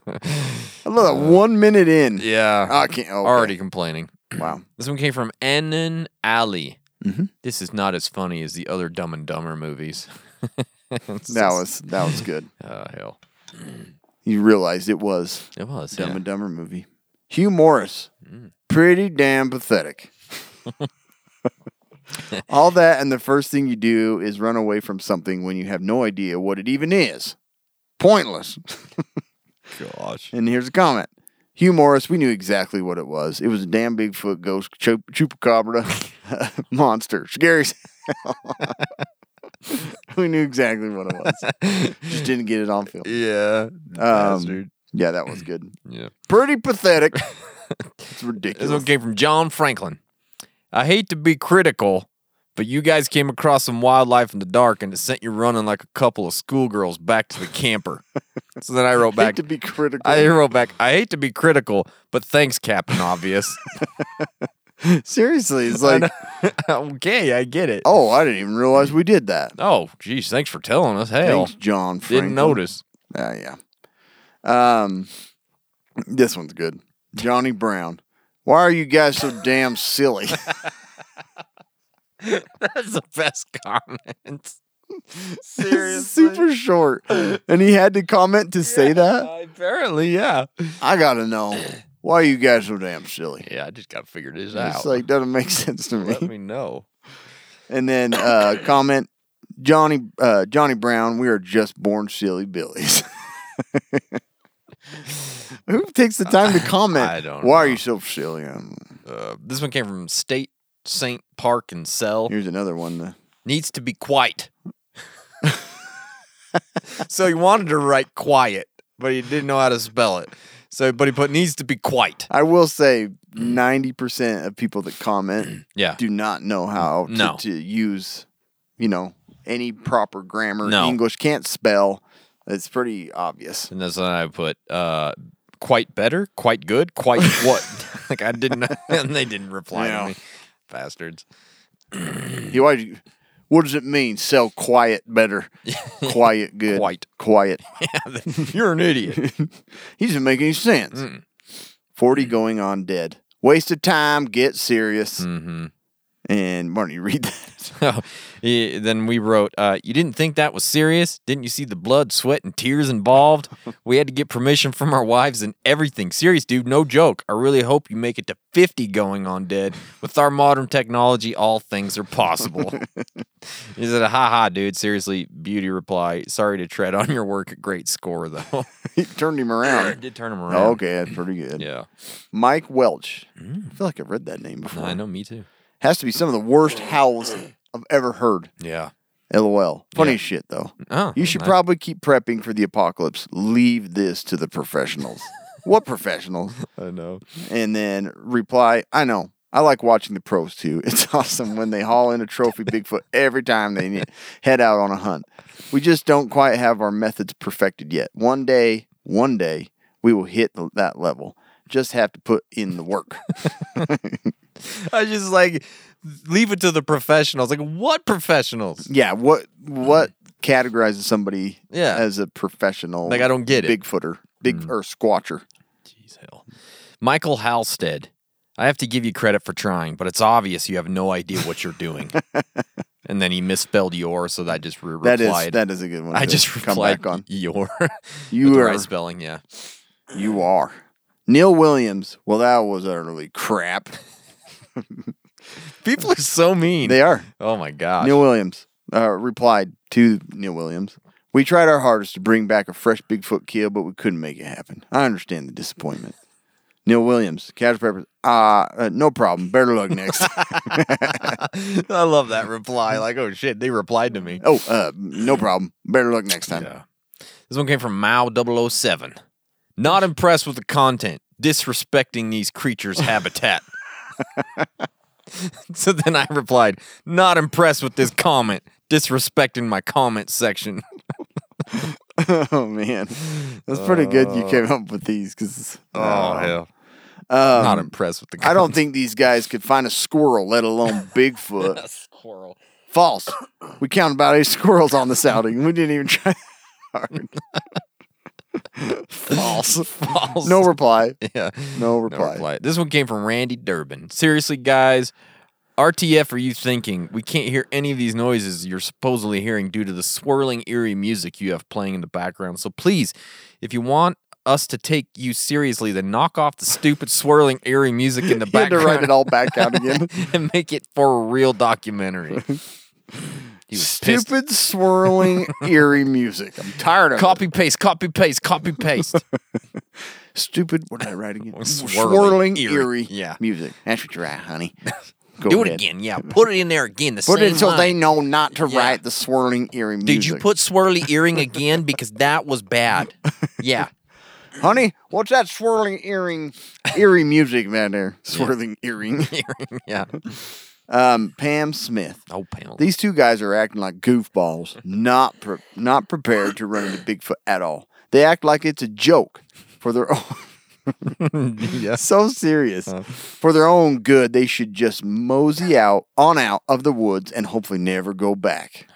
Speaker 4: love that. One minute in.
Speaker 5: Uh, Yeah.
Speaker 4: I can't. Oh, okay.
Speaker 5: Already complaining.
Speaker 4: Wow.
Speaker 5: This one came from Annan Alley.
Speaker 4: Mhm.
Speaker 5: This is not as funny as the other Dumb and Dumber movies.
Speaker 4: That was, that was good.
Speaker 5: Oh, hell.
Speaker 4: You realized it was
Speaker 5: It was.
Speaker 4: Dumb
Speaker 5: yeah.
Speaker 4: and Dumber movie. Hugh Morris, pretty damn pathetic. All that, and the first thing you do is run away from something when you have no idea what it even is. Pointless.
Speaker 5: Gosh.
Speaker 4: And here's a comment. Hugh Morris, we knew exactly what it was. It was a damn Bigfoot ghost chup- chupacabra monster. Scary. as hell. we knew exactly what it was. Just didn't get it on film.
Speaker 5: Yeah.
Speaker 4: Um, yeah, that was good.
Speaker 5: Yeah.
Speaker 4: Pretty pathetic. it's
Speaker 5: This
Speaker 4: ridiculous.
Speaker 5: one came from John Franklin. I hate to be critical, but you guys came across some wildlife in the dark and it sent you running like a couple of schoolgirls back to the camper. so then I wrote
Speaker 4: Hate
Speaker 5: back.
Speaker 4: to be critical.
Speaker 5: I wrote back. I hate to be critical, but thanks, Captain Obvious.
Speaker 4: Seriously, it's like,
Speaker 5: okay, I get it.
Speaker 4: oh, I didn't even realize we did that.
Speaker 5: Oh, geez, thanks for telling us. Hell,
Speaker 4: Thanks, John. Franklin.
Speaker 5: didn't notice.
Speaker 4: Ah, yeah. Um, this one's good. Johnny Brown. Why are you guys so damn silly?
Speaker 5: That's the best comment.
Speaker 4: It's super short, and he had to comment to say that.
Speaker 5: Apparently, yeah.
Speaker 4: I gotta know why are you guys so damn silly.
Speaker 5: Yeah, I just got to figure this out.
Speaker 4: It's like doesn't make sense to
Speaker 5: Let
Speaker 4: me.
Speaker 5: me know.
Speaker 4: And then uh, comment Johnny uh, Johnny Brown. We are just born silly billies. Who takes the time to comment?
Speaker 5: I don't
Speaker 4: Why are
Speaker 5: know.
Speaker 4: you so silly? Um,
Speaker 5: Uh, this one came from State St. Park and Cell.
Speaker 4: Here's another one. uh,
Speaker 5: Needs to be quiet. so he wanted to write quiet, but he didn't know how to spell it. So, but he put needs to be quiet.
Speaker 4: I will say ninety percent of people that comment
Speaker 5: Yeah.
Speaker 4: do not know how to,
Speaker 5: No.
Speaker 4: to use, you know, any proper grammar.
Speaker 5: No.
Speaker 4: English can't spell. It's pretty obvious.
Speaker 5: And that's when I put uh, quite better, quite good, quite what? like I didn't, and they didn't reply
Speaker 4: Yeah.
Speaker 5: to me. Bastards. Mm.
Speaker 4: You always- what does it mean? Sell quiet better, quiet good,
Speaker 5: Quite.
Speaker 4: quiet.
Speaker 5: You're an idiot.
Speaker 4: He doesn't make any sense. Forty going on dead. Waste of time. Get serious.
Speaker 5: Mm-hmm.
Speaker 4: And why don't you read that?
Speaker 5: Oh, yeah, then we wrote, uh, You didn't think that was serious? Didn't you see the blood, sweat, and tears involved? We had to get permission from our wives and everything. Serious, dude, no joke. I really hope you make it to 50 going on dead. With our modern technology, all things are possible. He said, Ha ha, dude. Seriously, beauty reply. Sorry to tread on your work. Great score, though.
Speaker 4: he turned him
Speaker 5: It
Speaker 4: around.
Speaker 5: did turn him around.
Speaker 4: Okay, that's pretty good.
Speaker 5: Yeah. Mm.
Speaker 4: Mike Welch. I feel like I've read that name before.
Speaker 5: I know, me too.
Speaker 4: Has to be some of the worst howls I've ever heard.
Speaker 5: Yeah.
Speaker 4: LOL. Funny as shit though.
Speaker 5: Oh,
Speaker 4: you should
Speaker 5: nice.
Speaker 4: probably keep prepping for the apocalypse. Leave this to the professionals. what professionals?
Speaker 5: I know.
Speaker 4: And then reply, I know. I like watching the pros too. It's awesome when they haul in a trophy Bigfoot every time they ne- head out on a hunt. We just don't quite have our methods perfected yet. One day, one day, we will hit th- that level. Just have to put in the work.
Speaker 5: I just like leave it to the professionals. Like, what professionals?
Speaker 4: Yeah, what what categorizes somebody
Speaker 5: Mm. Yeah.
Speaker 4: as a professional?
Speaker 5: Like, I don't get it. Mm.
Speaker 4: Bigfooter, big or squatcher.
Speaker 5: Jeez, hell. Michael Halstead. I have to give you credit for trying, but it's obvious you have no idea what you're doing. and then he misspelled your, so that I just re- replied.
Speaker 4: That is that is a good one.
Speaker 5: I
Speaker 4: to
Speaker 5: just
Speaker 4: come
Speaker 5: replied
Speaker 4: back on.
Speaker 5: your.
Speaker 4: You
Speaker 5: with the
Speaker 4: are-
Speaker 5: right spelling, yeah.
Speaker 4: You are Neil Williams. Well, that was utterly crap.
Speaker 5: People are so mean.
Speaker 4: They are
Speaker 5: Oh my gosh.
Speaker 4: Neil Williams uh, replied to Neil Williams. We tried our hardest to bring back a fresh Bigfoot kill, but we couldn't make it happen. I understand the disappointment. Neil Williams, Cash Peppers. Ah, uh, no problem. Better luck next. time.
Speaker 5: I love that reply. Like, oh shit, they replied to me.
Speaker 4: oh, uh, no problem. Better luck next time.
Speaker 5: Yeah. This one came from Mao 007. Not impressed with the content, disrespecting these creatures' habitat. so then I replied, not impressed with this comment, disrespecting my comment section.
Speaker 4: oh man, that's pretty good. You came up with these because
Speaker 5: hell.
Speaker 4: um,
Speaker 5: Not impressed with the
Speaker 4: I
Speaker 5: comment.
Speaker 4: don't think these guys could find a squirrel, let alone Bigfoot.
Speaker 5: squirrel.
Speaker 4: False. We counted about eight squirrels on this outing. We didn't even try hard. False.
Speaker 5: False.
Speaker 4: No reply.
Speaker 5: yeah.
Speaker 4: No
Speaker 5: No
Speaker 4: reply.
Speaker 5: reply. This one came from Randy Durbin. Seriously, guys, RTF are you thinking? We can't hear any of these noises you're supposedly hearing due to the swirling, eerie music you have playing in the background. So please, if you want us to take you seriously, then knock off the stupid, swirling, eerie music in the
Speaker 4: He had to
Speaker 5: background
Speaker 4: write it all back out again.
Speaker 5: and make it for a real documentary. He was pissed.
Speaker 4: Stupid, swirling, eerie music. I'm tired of
Speaker 5: Copy paste, copy paste, copy paste.
Speaker 4: it. Stupid. What did I write again?
Speaker 5: Swirling, eerie. Yeah.
Speaker 4: music. That's what you're at, honey. Go
Speaker 5: Do it
Speaker 4: ahead.
Speaker 5: again, yeah. Put it in there again. The
Speaker 4: Put
Speaker 5: same
Speaker 4: it so they
Speaker 5: line.
Speaker 4: know not to
Speaker 5: Yeah.
Speaker 4: write the swirling, eerie music.
Speaker 5: Did you put swirly earring again? Because that was bad. Yeah.
Speaker 4: Honey, what's that swirling earring, eerie music man there? Swirling earring.
Speaker 5: yeah.
Speaker 4: Um, Pam Smith.
Speaker 5: Oh, Pamela.
Speaker 4: These two guys are acting like goofballs, not pre- not prepared to run into Bigfoot at all. They act like it's a joke for their own
Speaker 5: yes.
Speaker 4: so serious. For their own good, they should just mosey out on out of the woods and hopefully never go back.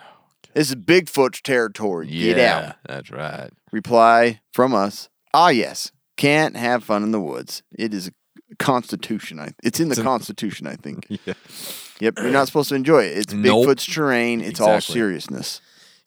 Speaker 4: This is Bigfoot's territory. Get
Speaker 5: yeah,
Speaker 4: out.
Speaker 5: That's right.
Speaker 4: Reply from us. Ah, yes. Can't have fun in the woods. It is a constitution. I, it's in the constitution, I think. Yep. You're not supposed to enjoy it. It's
Speaker 5: Nope.
Speaker 4: Bigfoot's terrain. It's all
Speaker 5: Exactly.
Speaker 4: seriousness.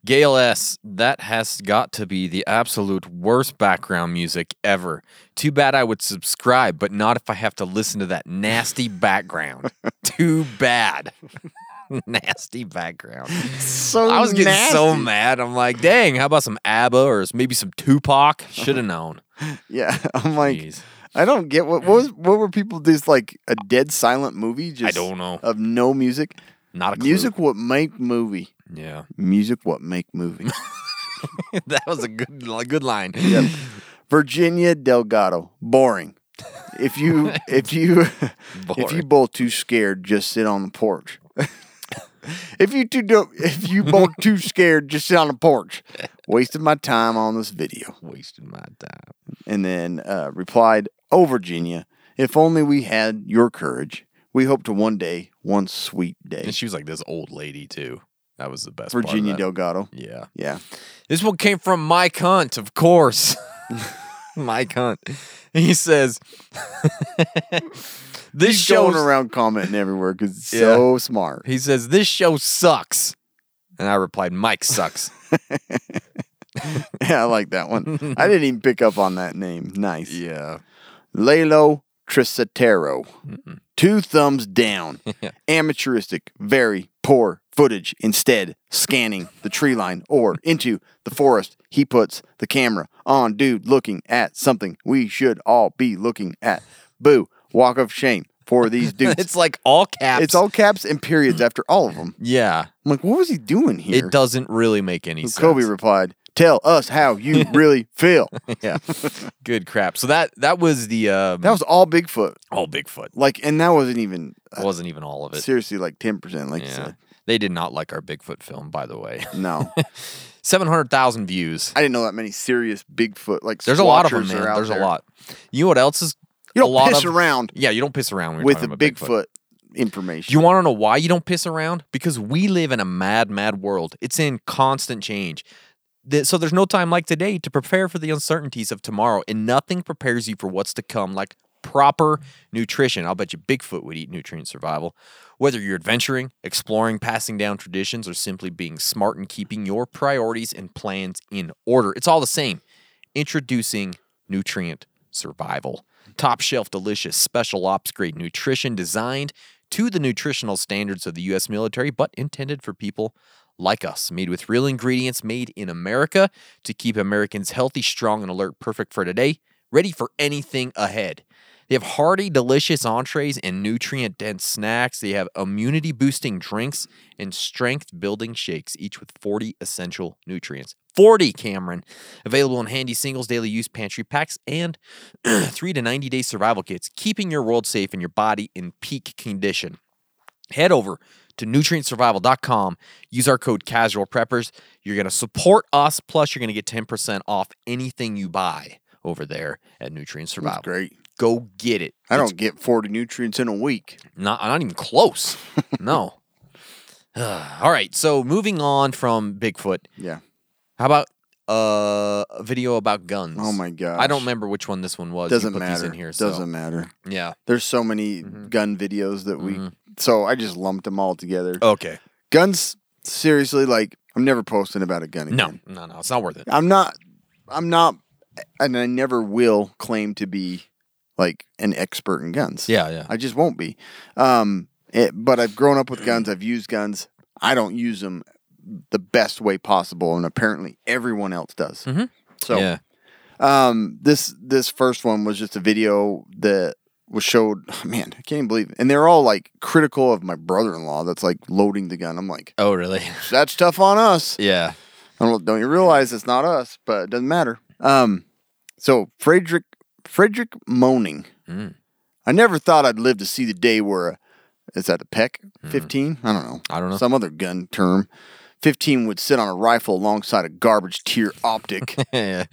Speaker 5: Gail S. That has got to be the absolute worst background music ever. Too bad I would subscribe, but not if I have to listen to that nasty background. Too bad. nasty background.
Speaker 4: So
Speaker 5: I was getting so
Speaker 4: nasty.
Speaker 5: mad. I'm like, dang, how about some ABBA or maybe some Tupac? Should have known.
Speaker 4: Yeah. I'm like,
Speaker 5: Jeez.
Speaker 4: I don't get what, what was what were people this like a dead silent movie just
Speaker 5: don't know.
Speaker 4: of no music.
Speaker 5: Not a clue.
Speaker 4: Music what make movie.
Speaker 5: Yeah.
Speaker 4: Music what make movie.
Speaker 5: that was a good a good line.
Speaker 4: Virginia Delgado. Boring. If you if you if you
Speaker 5: Boring.
Speaker 4: both too scared, just sit on the porch. if you two don't if you both too scared, just sit on the porch. Wasted my time on this video.
Speaker 5: Wasting my time.
Speaker 4: and then uh, replied, Oh, Virginia, if only we had your courage. We hope to one day, one sweet day.
Speaker 5: And she was like this old lady too. That was the best. part of
Speaker 4: Virginia
Speaker 5: that.
Speaker 4: Delgado.
Speaker 5: Yeah.
Speaker 4: Yeah.
Speaker 5: This one came from Mike Hunt, of course. Mike Hunt. He says, "This
Speaker 4: He's going
Speaker 5: show."
Speaker 4: around commenting everywhere because it's so smart.
Speaker 5: He says, "This show sucks," and I replied, "Mike sucks."
Speaker 4: Yeah, I like that one. I didn't even pick up on that name. Nice. Yeah. Lalo Trisatero. Two thumbs down. Amateuristic, very poor footage. Instead, scanning the tree line or into the forest, he puts the camera on dude looking at something we should all be looking at. Boo. Walk of shame for these dudes.
Speaker 5: it's like all caps.
Speaker 4: It's all caps and periods after all of them.
Speaker 5: Yeah,
Speaker 4: I'm like, what was he doing here?
Speaker 5: it doesn't really make any sense.
Speaker 4: Kobe replied, Tell us how you really feel.
Speaker 5: yeah, good crap. So that that was the um,
Speaker 4: That was all Bigfoot.
Speaker 5: all Bigfoot.
Speaker 4: Like, and that wasn't even uh,
Speaker 5: wasn't even all of it.
Speaker 4: seriously like ten percent. Like, you
Speaker 5: Yeah.
Speaker 4: said.
Speaker 5: They did not like our Bigfoot film, by the way.
Speaker 4: no,
Speaker 5: 700,000 views.
Speaker 4: I didn't know that many serious Bigfoot. Like,
Speaker 5: There's a lot of them,
Speaker 4: squatchers
Speaker 5: man.
Speaker 4: are out
Speaker 5: There's
Speaker 4: there.
Speaker 5: a lot. You know what else is
Speaker 4: You don't
Speaker 5: a lot
Speaker 4: piss
Speaker 5: of,
Speaker 4: around
Speaker 5: Yeah, you don't piss around when you're
Speaker 4: with the
Speaker 5: talking
Speaker 4: Bigfoot,
Speaker 5: about Bigfoot.
Speaker 4: information.
Speaker 5: You want to know why you don't piss around? Because we live in a mad, mad world. It's in constant change. Th- So there's no time like today to prepare for the uncertainties of tomorrow, and nothing prepares you for what's to come like proper nutrition. I'll bet you Bigfoot would eat nutrient survival. Whether you're adventuring, exploring, passing down traditions, or simply being smart and keeping your priorities and plans in order, it's all the same. Introducing nutrient survival. Top shelf delicious special ops grade nutrition designed to the nutritional standards of the U.S. military, but intended for people like us, made with real ingredients made in America to keep Americans healthy, strong, and alert, perfect for today, ready for anything ahead. They have hearty, delicious entrees and nutrient dense snacks. They have immunity boosting drinks and strength building shakes, each with 40 essential nutrients. 40, Cameron. Available in handy singles, daily use pantry packs, and three to 90 day survival kits, keeping your world safe and your body in peak condition head over to nutrientsurvival.com use our code casual preppers you're going to support us plus you're going to get 10% off anything you buy over there at nutrient survival
Speaker 4: That's great.
Speaker 5: go get it
Speaker 4: I don't get forty nutrients in a week.
Speaker 5: not not even close no all right so moving on from bigfoot
Speaker 4: Yeah,
Speaker 5: how about uh, a video about guns
Speaker 4: Oh my gosh.
Speaker 5: i don't remember which one this one was You
Speaker 4: doesn't
Speaker 5: put these
Speaker 4: matter.
Speaker 5: in here so- Mm-hmm.
Speaker 4: doesn't matter.
Speaker 5: yeah
Speaker 4: There's so many gun videos that
Speaker 5: Mm-hmm.
Speaker 4: we. So I just lumped them all together.
Speaker 5: okay
Speaker 4: Guns, seriously, like I'm never posting about a gun again.
Speaker 5: no no no it's not worth it
Speaker 4: I'm not I'm not and I never will claim to be like an expert in guns.
Speaker 5: Yeah, yeah.
Speaker 4: I just won't be. Um it, but I've grown up with guns, I've used guns. I don't use them the best way possible and apparently everyone else does. So
Speaker 5: Mm-hmm. yeah
Speaker 4: um this this first one was just a video that was showed oh, man, I can't even believe it. And they're all like critical of my brother-in-law that's like loading the gun. I'm like,
Speaker 5: oh really
Speaker 4: that's tough on us.
Speaker 5: yeah
Speaker 4: I don't, don't you realize it's not us, but it doesn't matter. Um, so Frederick Frederick Moaning. I never thought I'd live to see uh, the day where a, is that a peck fifteen? Mm. I don't know.
Speaker 5: I don't know.
Speaker 4: some other gun term. 15 would sit on a rifle alongside a garbage tier optic.
Speaker 5: Yeah.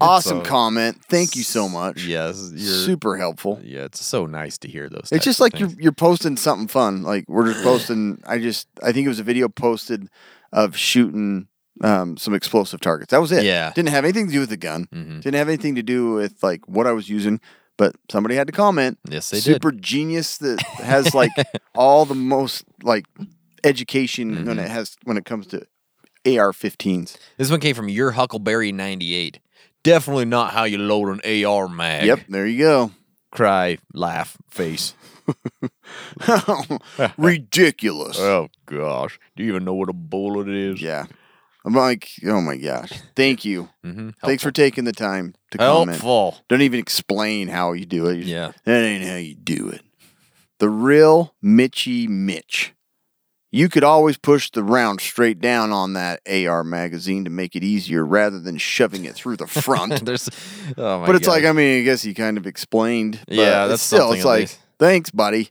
Speaker 4: awesome
Speaker 5: so-
Speaker 4: comment. Thank you so much.
Speaker 5: Yes. You're,
Speaker 4: Super helpful.
Speaker 5: Yeah, it's so nice to hear those.
Speaker 4: It's
Speaker 5: types
Speaker 4: just
Speaker 5: of
Speaker 4: like
Speaker 5: things.
Speaker 4: you're you're posting something fun. Like we're just posting. I just I think it was a video posted of shooting um, some explosive targets. That was it.
Speaker 5: Yeah. Mm-hmm.
Speaker 4: didn't have anything to do with the gun. Didn't have anything to do with like what I was using. But somebody had to comment.
Speaker 5: Yes, they did.
Speaker 4: Super genius that has like all the most like education
Speaker 5: Mm-hmm.
Speaker 4: when it has when it comes to AR-15s.
Speaker 5: This one came from your Huckleberry 98. Definitely not how you load an AR mag.
Speaker 4: Yep, there you go.
Speaker 5: Cry, laugh, face.
Speaker 4: Ridiculous.
Speaker 5: Oh, gosh. Do you even know what a bullet is?
Speaker 4: Yeah. I'm like, oh my gosh. Thank you. Thanks for taking the time to comment.
Speaker 5: Mm-hmm. Helpful.
Speaker 4: Don't even explain how you do it. You just,
Speaker 5: Yeah.
Speaker 4: That ain't how you do it. The real Mitchy Mitch. You could always push the round straight down on that AR magazine to make it easier rather than shoving it through the front.
Speaker 5: There's, oh my
Speaker 4: but it's
Speaker 5: God.
Speaker 4: like, I mean, I guess he kind of explained. But
Speaker 5: Yeah,
Speaker 4: it's
Speaker 5: that's
Speaker 4: still,
Speaker 5: something
Speaker 4: it's
Speaker 5: at
Speaker 4: like,
Speaker 5: least.
Speaker 4: thanks, buddy.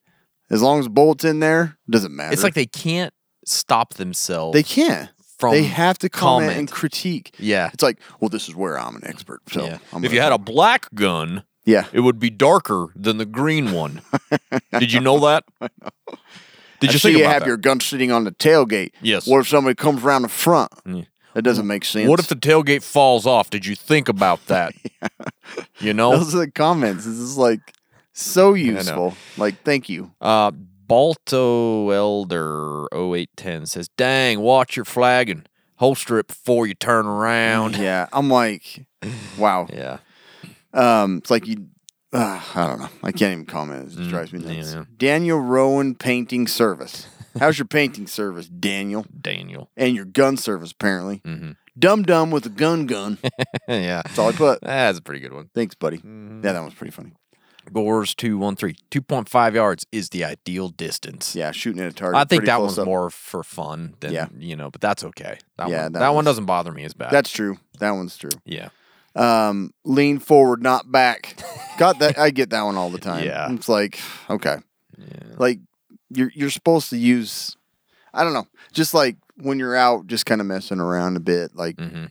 Speaker 4: As long as bolt's in there, doesn't matter.
Speaker 5: it's like they can't stop themselves.
Speaker 4: They can't.
Speaker 5: from
Speaker 4: they have to comment, and
Speaker 5: comment.
Speaker 4: critique.
Speaker 5: Yeah.
Speaker 4: It's like, well, this is where I'm an expert. So I'm
Speaker 5: Yeah.
Speaker 4: "Oh."
Speaker 5: If
Speaker 4: gonna-
Speaker 5: you had a black gun,
Speaker 4: yeah,
Speaker 5: it would be darker than the green one. Did you know that? Did
Speaker 4: I
Speaker 5: you
Speaker 4: see
Speaker 5: think
Speaker 4: you
Speaker 5: about
Speaker 4: have
Speaker 5: that?
Speaker 4: your gun sitting on the tailgate.
Speaker 5: Yes. Mm.
Speaker 4: What if somebody comes around the front? That doesn't make sense.
Speaker 5: What if the tailgate falls off? Did you think about that? You know,
Speaker 4: those are the comments? This is like so
Speaker 5: know.
Speaker 4: useful. Like, thank you.
Speaker 5: uh, Balto Elder 0810 says, "Dang, watch your flagging. Holster it before you turn around."
Speaker 4: Yeah, I'm like, wow.
Speaker 5: Yeah.
Speaker 4: Um, it's like you. Uh, I don't know. I can't even comment. It just drives me nuts.
Speaker 5: Mm, yeah.
Speaker 4: Daniel Rowan Painting Service. How's your painting service, Daniel?
Speaker 5: Daniel.
Speaker 4: And your gun service, apparently.
Speaker 5: Mm-hmm.
Speaker 4: Dum dum with a gun gun.
Speaker 5: yeah.
Speaker 4: That's all I put.
Speaker 5: That's a pretty good one.
Speaker 4: Thanks, buddy.
Speaker 5: Mm-hmm.
Speaker 4: Yeah, that was pretty funny.
Speaker 5: Gores 213. 2.5 yards is the ideal distance.
Speaker 4: Yeah, shooting at a target.
Speaker 5: I think
Speaker 4: pretty
Speaker 5: that
Speaker 4: close
Speaker 5: one's
Speaker 4: up.
Speaker 5: more for fun than,
Speaker 4: Yeah.
Speaker 5: you know, but that's okay. That
Speaker 4: Yeah,
Speaker 5: one,
Speaker 4: that
Speaker 5: that, one
Speaker 4: one's-
Speaker 5: doesn't bother me as bad.
Speaker 4: That's true. That one's true.
Speaker 5: yeah.
Speaker 4: Um, lean forward, not back. Got that? I get that one all the time.
Speaker 5: Yeah.
Speaker 4: it's like okay, like you're you're supposed to use. I don't know. Just like when you're out, just kind of messing around a bit. Like
Speaker 5: Mm-hmm.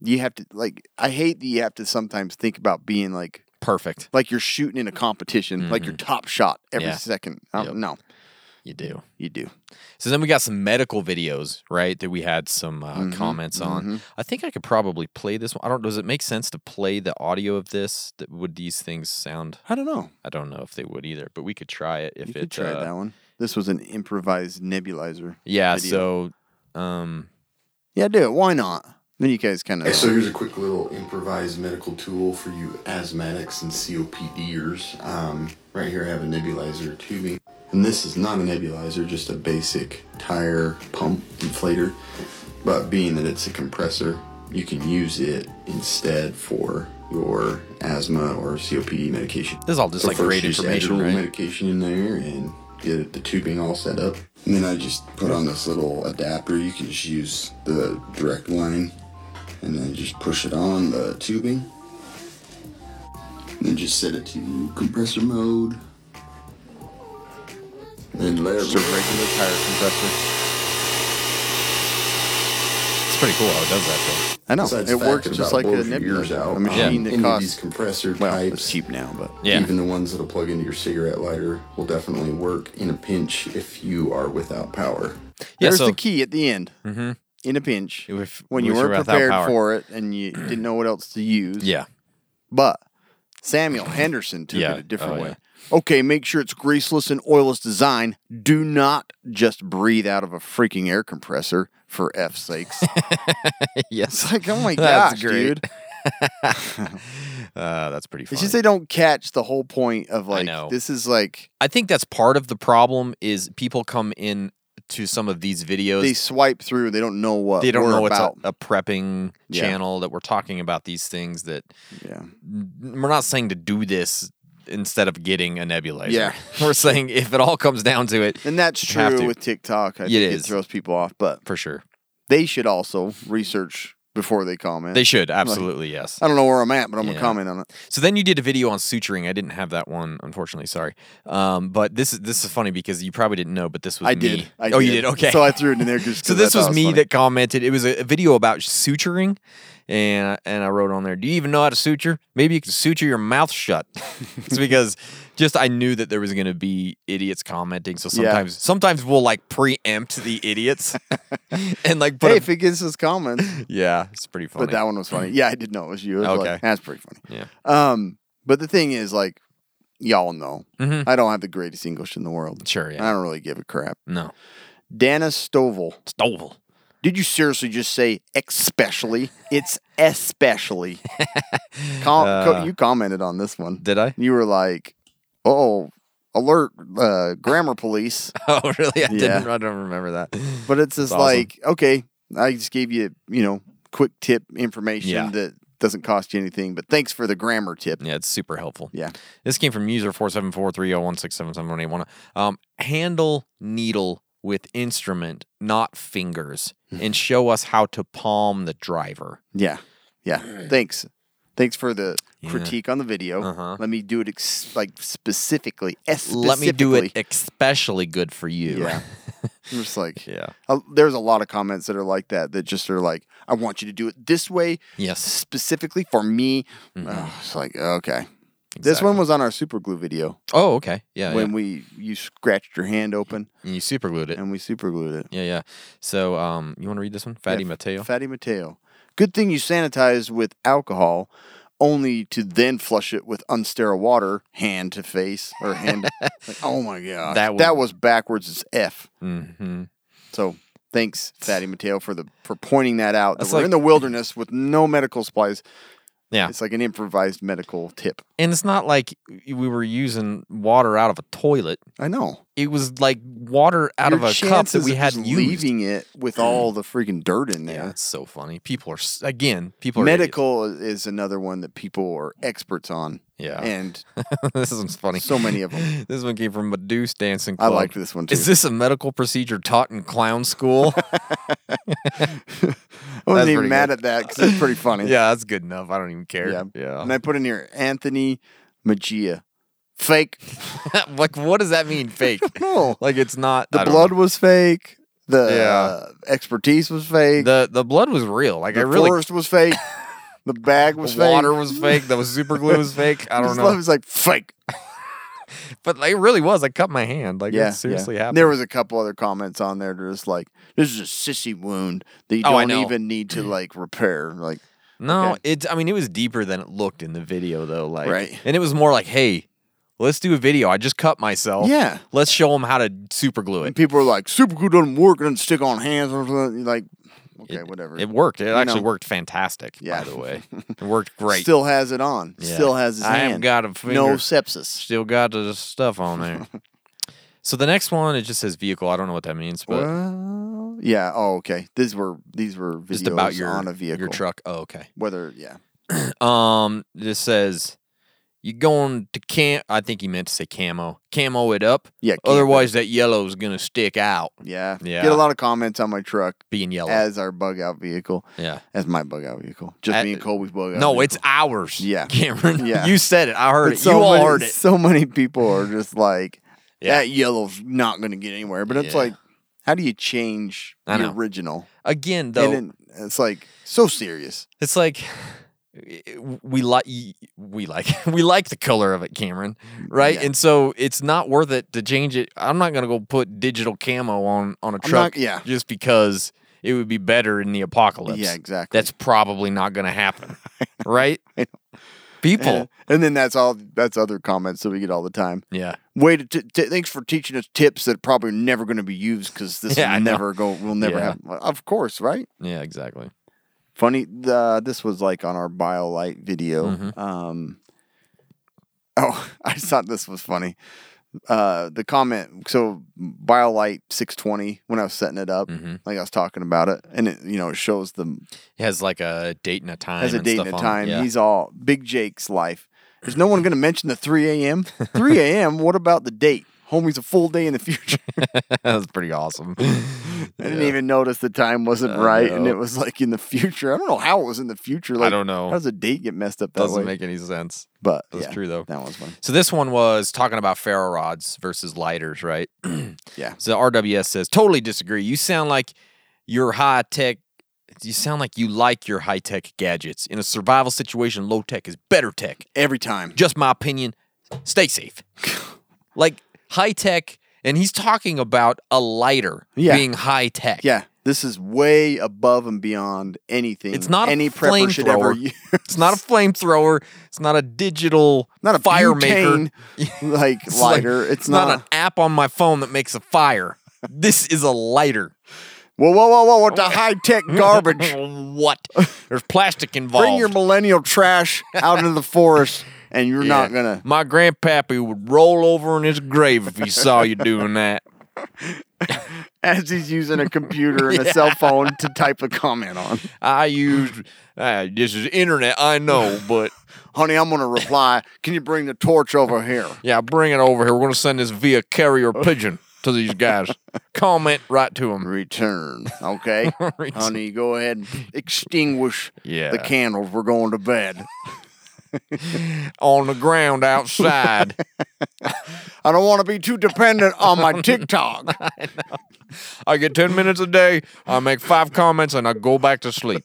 Speaker 4: you have to like. I hate that you have to sometimes think about being like
Speaker 5: Perfect.
Speaker 4: like you're shooting in a competition, like your top shot every
Speaker 5: Mm-hmm. Yeah.
Speaker 4: second. I don't-
Speaker 5: Yep.
Speaker 4: No,
Speaker 5: You do.
Speaker 4: you do.
Speaker 5: So then we got some medical videos, right? That we had some uh,
Speaker 4: Mm-hmm,
Speaker 5: comments on. I think I could probably play this one. I don't. Does it make sense to play the audio of this? That would these things sound?
Speaker 4: I don't know.
Speaker 5: I don't know if they would either, but we could try it if
Speaker 4: You
Speaker 5: it.
Speaker 4: could try
Speaker 5: uh,
Speaker 4: that one. This was an improvised nebulizer.
Speaker 5: Yeah.
Speaker 4: video.
Speaker 5: So, um,
Speaker 4: yeah, do it. Why not? Then you guys kind
Speaker 6: Hey, so
Speaker 4: of
Speaker 6: here's a quick little improvised medical tool for you asthmatics and COPDers. Um, right here I have a nebulizer tubing. And this is not a nebulizer, just a basic tire pump inflator. But being that it's a compressor, you can use it instead for your asthma or COPD medication.
Speaker 5: This is all just, like,
Speaker 6: first
Speaker 5: great
Speaker 6: just add your
Speaker 5: information,
Speaker 6: little
Speaker 5: right?
Speaker 6: medication in there and get the tubing all set up. And then I just put on this little adapter. You can just use the direct line and then just push it on the tubing. And then just set it to compressor mode. And let it
Speaker 4: regular tire compressor.
Speaker 5: it's pretty cool how it does that.
Speaker 4: I know
Speaker 6: Besides
Speaker 4: it
Speaker 6: the fact
Speaker 4: works
Speaker 6: that
Speaker 4: just like
Speaker 6: about
Speaker 4: a
Speaker 6: blowing your ears
Speaker 4: nebulizer,
Speaker 6: out,
Speaker 4: a machine
Speaker 6: um,
Speaker 4: that
Speaker 6: any of
Speaker 4: costs
Speaker 6: these compressor
Speaker 4: well, it's
Speaker 6: types,
Speaker 4: cheap now, but
Speaker 5: Though. Yeah.
Speaker 6: Even the ones that'll plug into your cigarette lighter will definitely work in a pinch if you are without power.
Speaker 5: yeah.
Speaker 4: there's
Speaker 5: So
Speaker 4: the key at the end. Mm-hmm. In a pinch,
Speaker 5: If-
Speaker 4: when you
Speaker 5: if you're
Speaker 4: weren't
Speaker 5: without
Speaker 4: prepared
Speaker 5: power.
Speaker 4: for it and you didn't know what else to use,
Speaker 5: yeah.
Speaker 4: But Samuel Henderson took
Speaker 5: Yeah.
Speaker 4: it a different
Speaker 5: Oh,
Speaker 4: way.
Speaker 5: yeah.
Speaker 4: Okay, make sure it's greaseless and oilless design. Do not just breathe out of a freaking air compressor for F's sakes.
Speaker 5: yes.
Speaker 4: It's like, oh my
Speaker 5: That's
Speaker 4: gosh,
Speaker 5: great.
Speaker 4: dude.
Speaker 5: Uh, that's pretty. Funny.
Speaker 4: It's just they don't catch the whole point of like
Speaker 5: know.
Speaker 4: this is like
Speaker 5: I think that's part of the problem. Is people come in to some of these videos
Speaker 4: they swipe through, they don't know what
Speaker 5: they don't
Speaker 4: we're
Speaker 5: know it's a,
Speaker 4: about.
Speaker 5: a prepping
Speaker 4: Yeah.
Speaker 5: channel that we're talking about these things that
Speaker 4: yeah.
Speaker 5: we're not saying to do this instead of getting a nebulizer.
Speaker 4: Yeah.
Speaker 5: we're saying if it all comes down to it,
Speaker 4: And that's
Speaker 5: you have
Speaker 4: true
Speaker 5: to,
Speaker 4: with TikTok. I
Speaker 5: It
Speaker 4: think
Speaker 5: is.
Speaker 4: it throws people off, but
Speaker 5: for sure.
Speaker 4: they should also research
Speaker 6: before they comment.
Speaker 5: They should, absolutely, yes.
Speaker 6: I don't know where I'm at, but I'm
Speaker 5: Yeah.
Speaker 6: gonna comment on it.
Speaker 5: So then you did a video on suturing. I didn't have that one, unfortunately. Sorry. Um, but this is this is funny because you probably didn't know, but this was
Speaker 6: I
Speaker 5: me.
Speaker 6: did. I
Speaker 5: oh, you did. Okay.
Speaker 6: So I threw it in there just.
Speaker 5: So
Speaker 6: 'cause I
Speaker 5: this
Speaker 6: thought
Speaker 5: was
Speaker 6: it
Speaker 5: me
Speaker 6: funny.
Speaker 5: that commented. It was a a video about suturing, and and I wrote on there, "Do you even know how to suture? Maybe you can suture your mouth shut." it's because just I knew that there was going to be idiots commenting. So
Speaker 6: Yeah.
Speaker 5: sometimes sometimes we'll like preempt the idiots and like put
Speaker 6: hey,
Speaker 5: a-
Speaker 6: if it gets this comment,
Speaker 5: yeah, it's pretty funny.
Speaker 6: but that one was funny. Yeah, I did know it was you. It was like,
Speaker 5: Okay.
Speaker 6: that's pretty funny.
Speaker 5: yeah.
Speaker 6: Um, but the thing is, like, y'all know,
Speaker 5: Mhm.
Speaker 6: I don't have the greatest English in the world.
Speaker 5: Sure, yeah.
Speaker 6: I don't really give a crap.
Speaker 5: No.
Speaker 6: Dana Stovall,
Speaker 5: Stole.
Speaker 6: did you seriously just say especially? It's especially. Com- co-
Speaker 5: Uh.
Speaker 6: you commented on this one.
Speaker 5: Did I?
Speaker 6: You were like, oh, alert, uh, grammar police.
Speaker 5: Oh, really? I
Speaker 6: Yeah.
Speaker 5: didn't. I don't remember that.
Speaker 6: But it's just
Speaker 5: That's awesome.
Speaker 6: like, okay, I just gave you, you know, quick tip information
Speaker 5: Yeah.
Speaker 6: that doesn't cost you anything, but thanks for the grammar tip.
Speaker 5: Yeah, it's super helpful.
Speaker 6: Yeah.
Speaker 5: This came from user four seven four three zero one six seven seven one eight one. Um, handle needle with instrument, not fingers,
Speaker 6: Hmm.
Speaker 5: and show us how to palm the driver.
Speaker 6: Yeah. Yeah. Thanks. Thanks for the
Speaker 5: Yeah.
Speaker 6: critique on the video.
Speaker 5: Uh-huh.
Speaker 6: Let me do it ex- like specifically. eh, specifically.
Speaker 5: Let me do it e especially good for you.
Speaker 6: Yeah. I'm just like,
Speaker 5: Yeah.
Speaker 6: I- Uh, there's a lot of comments that are like that, that just are like, I want you to do it this way
Speaker 5: yes.
Speaker 6: specifically for me. Ugh, it's like, okay. This
Speaker 5: Mm-hmm. exactly.
Speaker 6: one was on our super glue video
Speaker 5: Oh, okay. Yeah.
Speaker 6: when
Speaker 5: yeah.
Speaker 6: we you scratched your hand open
Speaker 5: And you super glued it.
Speaker 6: and we super glued it.
Speaker 5: Yeah, yeah. So, um, you want to read this one, Fatty Mateo?
Speaker 6: Fatty Mateo. Good thing you sanitize with alcohol, only to then flush it with unsterile water, hand to face or hand. like, oh my god,
Speaker 5: That
Speaker 6: that,
Speaker 5: would-
Speaker 6: was backwards as f.
Speaker 5: mm-hmm.
Speaker 6: So thanks, Fatty Mateo, for the for pointing that out. that
Speaker 5: That's
Speaker 6: we're
Speaker 5: like-
Speaker 6: in the wilderness with no medical supplies.
Speaker 5: Yeah.
Speaker 6: It's like an improvised medical tip.
Speaker 5: And it's not like we were using water out of a toilet.
Speaker 6: I know.
Speaker 5: It was like water out
Speaker 6: Your
Speaker 5: of a cup that
Speaker 6: chances
Speaker 5: we
Speaker 6: of
Speaker 5: hadn't
Speaker 6: just
Speaker 5: used.
Speaker 6: leaving it with all the freaking dirt in
Speaker 5: Yeah,
Speaker 6: there.
Speaker 5: it's so funny. People are s- again, people are
Speaker 6: Medical is another one that people are experts on.
Speaker 5: Yeah.
Speaker 6: And
Speaker 5: idiots. this one's funny.
Speaker 6: so many of them.
Speaker 5: This one came from Medusa Dancing
Speaker 6: I
Speaker 5: Club.
Speaker 6: liked this one too.
Speaker 5: Is this a medical procedure taught in clown school?
Speaker 6: I
Speaker 5: That's
Speaker 6: wasn't
Speaker 5: pretty
Speaker 6: even mad
Speaker 5: good.
Speaker 6: at that because it's pretty funny.
Speaker 5: yeah, that's good enough. I don't even care.
Speaker 6: yeah,
Speaker 5: Yeah.
Speaker 6: And I put in here Anthony Magia, fake.
Speaker 5: like, what does that mean? Fake?
Speaker 6: No.
Speaker 5: Like, it's not
Speaker 6: The
Speaker 5: I don't
Speaker 6: blood
Speaker 5: know.
Speaker 6: was fake. The
Speaker 5: Yeah.
Speaker 6: uh, expertise was fake. The,
Speaker 5: The the blood was real. Like, I really
Speaker 6: forest was fake. the bag
Speaker 5: the
Speaker 6: was fake.
Speaker 5: water was fake. The super glue was fake. I don't
Speaker 6: Just love
Speaker 5: know,
Speaker 6: It's like fake.
Speaker 5: but like, it really was. I cut my hand. Like,
Speaker 6: Yeah,
Speaker 5: it seriously
Speaker 6: yeah.
Speaker 5: happened.
Speaker 6: There was a couple other comments on there that are just like, "This is a sissy wound that you
Speaker 5: Oh, I
Speaker 6: don't
Speaker 5: know.
Speaker 6: even need to like repair." Like,
Speaker 5: No,
Speaker 6: Okay.
Speaker 5: it's. I mean, it was deeper than it looked in the video, though. Like,
Speaker 6: Right.
Speaker 5: and it was more like, "Hey, let's do a video. I just cut myself.
Speaker 6: Yeah.
Speaker 5: let's show them how to super glue
Speaker 6: and
Speaker 5: it.
Speaker 6: people are like, "Super glue doesn't work; it doesn't stick on hands." Or something. Like, okay,
Speaker 5: It-
Speaker 6: whatever.
Speaker 5: It worked. It
Speaker 6: You
Speaker 5: actually
Speaker 6: know.
Speaker 5: worked fantastic.
Speaker 6: Yeah.
Speaker 5: by the way, it worked great.
Speaker 6: Still has it on.
Speaker 5: Yeah.
Speaker 6: Still has his
Speaker 5: I
Speaker 6: hand.
Speaker 5: haven't got a
Speaker 6: No
Speaker 5: finger.
Speaker 6: sepsis.
Speaker 5: still got the stuff on there. so the next one, it just says vehicle. I don't know what that means, but
Speaker 6: Well, yeah. Oh, okay. These were these were videos
Speaker 5: just about your
Speaker 6: on a vehicle,
Speaker 5: your truck. Oh, okay.
Speaker 6: Whether yeah,
Speaker 5: Um, this says you going to cam. I think he meant to say camo. Camo it up.
Speaker 6: Yeah, camo.
Speaker 5: Otherwise, that yellow's gonna stick out.
Speaker 6: yeah,
Speaker 5: Yeah.
Speaker 6: Get a lot of comments on my truck
Speaker 5: Being yellow.
Speaker 6: as our bug out vehicle,
Speaker 5: yeah.
Speaker 6: as my bug out vehicle. Just
Speaker 5: At-
Speaker 6: me and Cole, we bug out.
Speaker 5: No, it's
Speaker 6: vehicle.
Speaker 5: ours.
Speaker 6: Yeah.
Speaker 5: Cameron.
Speaker 6: Yeah.
Speaker 5: You said it. I heard
Speaker 6: But
Speaker 5: it. you all
Speaker 6: many,
Speaker 5: heard it.
Speaker 6: So many people are just like
Speaker 5: Yeah.
Speaker 6: that yellow's not going to get anywhere. But it's
Speaker 5: Yeah.
Speaker 6: like, how do you change
Speaker 5: I
Speaker 6: the
Speaker 5: know.
Speaker 6: original?
Speaker 5: Again, though,
Speaker 6: and then it's like so serious.
Speaker 5: it's like we like we like we like the color of it, Cameron. Right?
Speaker 6: Yeah.
Speaker 5: And so it's not worth it to change it. I'm not gonna go put digital camo on on a
Speaker 6: I'm
Speaker 5: truck
Speaker 6: not- yeah.
Speaker 5: just because it would be better in the apocalypse.
Speaker 6: Yeah, exactly.
Speaker 5: That's probably not gonna happen. right? People.
Speaker 6: And, and then that's all. That's other comments that we get all the time.
Speaker 5: yeah.
Speaker 6: Way to t- t- thanks for teaching us tips that are probably never going to be used because this
Speaker 5: Yeah, I
Speaker 6: will
Speaker 5: know.
Speaker 6: never go. We'll never
Speaker 5: Yeah.
Speaker 6: have. Well, Of course, right?
Speaker 5: Yeah, exactly.
Speaker 6: Funny. The, this was like on our BioLite video.
Speaker 5: Mhm.
Speaker 6: Um, oh, I just thought this was funny. Uh, the comment. So BioLite 620. When I was setting it up,
Speaker 5: Mhm.
Speaker 6: like I was talking about it, and it you know it shows the
Speaker 5: It has like a date and a time.
Speaker 6: has a
Speaker 5: and
Speaker 6: date
Speaker 5: stuff
Speaker 6: and a
Speaker 5: on it.
Speaker 6: time.
Speaker 5: Yeah.
Speaker 6: He's all Big Jake's life. Is no one going to mention the 3 a.m.? 3 a.m. What about the date? Homie's a full day in the future.
Speaker 5: that was pretty awesome.
Speaker 6: I didn't even notice the time wasn't right, and
Speaker 5: know.
Speaker 6: it was like in the future. I don't know how it was in the future. Like,
Speaker 5: don't know.
Speaker 6: How does a date get messed up that
Speaker 5: Doesn't
Speaker 6: way?
Speaker 5: make any sense.
Speaker 6: but
Speaker 5: That's
Speaker 6: yeah,
Speaker 5: true though.
Speaker 6: That one's fun.
Speaker 5: So this one was talking about ferro rods versus lighters, right?
Speaker 6: Yeah.
Speaker 5: So RWS says, totally disagree. You sound like your high tech. You sound like you like your high tech gadgets. In a survival situation, low tech is better tech.
Speaker 6: Every time.
Speaker 5: Just my opinion. Stay safe. like high tech, and he's talking about a lighter
Speaker 6: Yeah.
Speaker 5: being high tech.
Speaker 6: Yeah. This is way above and beyond anything.
Speaker 5: It's not a
Speaker 6: any prepper should ever
Speaker 5: flamethrower.
Speaker 6: use.
Speaker 5: It's not a flamethrower. It's not a digital
Speaker 6: not a
Speaker 5: fire
Speaker 6: butane,
Speaker 5: maker.
Speaker 6: like
Speaker 5: It's like-
Speaker 6: lighter. it's
Speaker 5: it's not,
Speaker 6: not.
Speaker 5: an app on my phone that makes a fire. This is a lighter.
Speaker 6: whoa, whoa, whoa, whoa! What the high tech garbage?
Speaker 5: what? There's plastic involved.
Speaker 6: Bring your millennial trash out into the forest, and you're not
Speaker 5: Yeah.
Speaker 6: gonna.
Speaker 5: My grandpappy would roll over in his grave if he saw you doing that.
Speaker 6: As he's using a computer and a cell phone to type a comment on,
Speaker 5: I use uh, this is internet, I know, but
Speaker 6: honey, I'm gonna reply. Can you bring the torch over here?
Speaker 5: yeah, bring it over here. We're gonna send this via carrier pigeon to these guys. Comment right to them.
Speaker 6: Return, okay,
Speaker 5: Return.
Speaker 6: honey. Go ahead and extinguish
Speaker 5: Yeah.
Speaker 6: the candles. We're going to bed.
Speaker 5: On the ground outside.
Speaker 6: I don't want to be too dependent on my TikTok.
Speaker 5: I get ten minutes a day. I make five comments and I go back to sleep.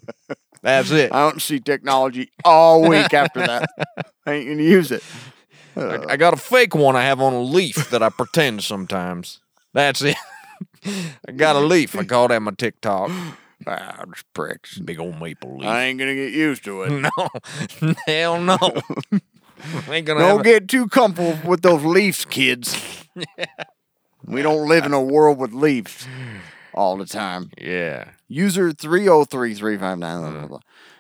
Speaker 5: That's it.
Speaker 6: I don't see technology all week after that. I ain't gonna use it.
Speaker 5: I, I got a fake one I have on a leaf that I pretend sometimes. That's it. I got a leaf. I call that my TikTok.
Speaker 6: Ah, I'm just pricks.
Speaker 5: Big old maple leaf.
Speaker 6: I ain't gonna get used to it.
Speaker 5: no, hell no. ain't gonna have
Speaker 6: Don't
Speaker 5: a-
Speaker 6: get too comfortable with those leaves, kids. We don't live in a world with leaves all the time.
Speaker 5: yeah.
Speaker 6: User 303359. Blah,
Speaker 5: Mm-hmm.
Speaker 6: blah, blah.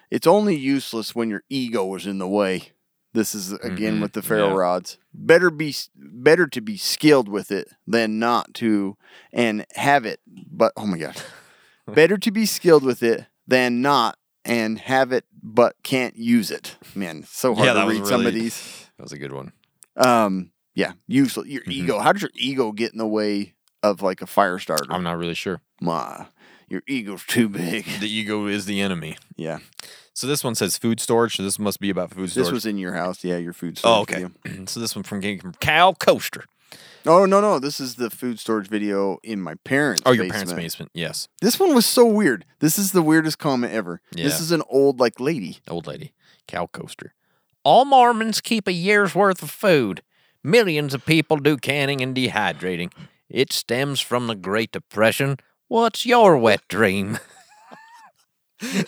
Speaker 6: It's only useless when your ego is in the way. This is again with the ferro
Speaker 5: Mm-hmm. yeah.
Speaker 6: rods. Better be better to be skilled with it than not to and have it. But oh my gosh. better to be skilled with it than not and have it but can't use it. Man, so hard
Speaker 5: Yeah,
Speaker 6: to
Speaker 5: that
Speaker 6: read
Speaker 5: was
Speaker 6: some of
Speaker 5: really-
Speaker 6: these.
Speaker 5: That was a good one.
Speaker 6: Um yeah, useless. Your
Speaker 5: Mm-hmm.
Speaker 6: ego. How does your ego get in the way of like a fire starter?
Speaker 5: I'm not really sure.
Speaker 6: Ma, your ego's too big.
Speaker 5: The ego is the enemy.
Speaker 6: Yeah.
Speaker 5: So this one says food storage. So this must be about food storage.
Speaker 6: This was in your house, yeah. Your food.
Speaker 5: oh,
Speaker 6: Storage
Speaker 5: okay.
Speaker 6: Video.
Speaker 5: so this one from came from Cal Coaster.
Speaker 6: Oh no, no. This is the food storage video in my parents.
Speaker 5: Oh, your
Speaker 6: basement.
Speaker 5: parents' basement. Yes,
Speaker 6: This one was so weird. This is the weirdest comment ever.
Speaker 5: Yeah.
Speaker 6: This is an old like lady.
Speaker 5: old lady. Cal Coaster. All Mormons keep a year's worth of food. Millions of people do canning and dehydrating. It stems from the Great Depression. What's your wet dream?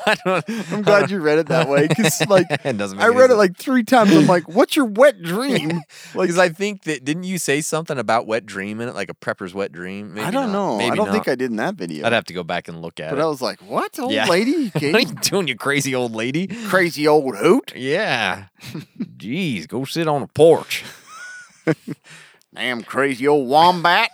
Speaker 5: I don't.
Speaker 6: I'm glad you read it that way because like
Speaker 5: It doesn't make
Speaker 6: I
Speaker 5: any
Speaker 6: read it
Speaker 5: sense.
Speaker 6: like three times. I'm like, what's your wet dream? Like
Speaker 5: Because I think that didn't you say something about wet dream in it, like a prepper's wet dream? Maybe
Speaker 6: I don't
Speaker 5: not.
Speaker 6: know.
Speaker 5: Maybe
Speaker 6: I don't
Speaker 5: not.
Speaker 6: think I did in that video.
Speaker 5: I'd have to go back and look at
Speaker 6: but
Speaker 5: it.
Speaker 6: I was like, what old
Speaker 5: Yeah.
Speaker 6: lady?
Speaker 5: what are
Speaker 6: Katie?
Speaker 5: you doing, you crazy old lady?
Speaker 6: Crazy old hoot.
Speaker 5: Yeah. Jeez, go sit on a porch.
Speaker 6: Damn crazy old wombat.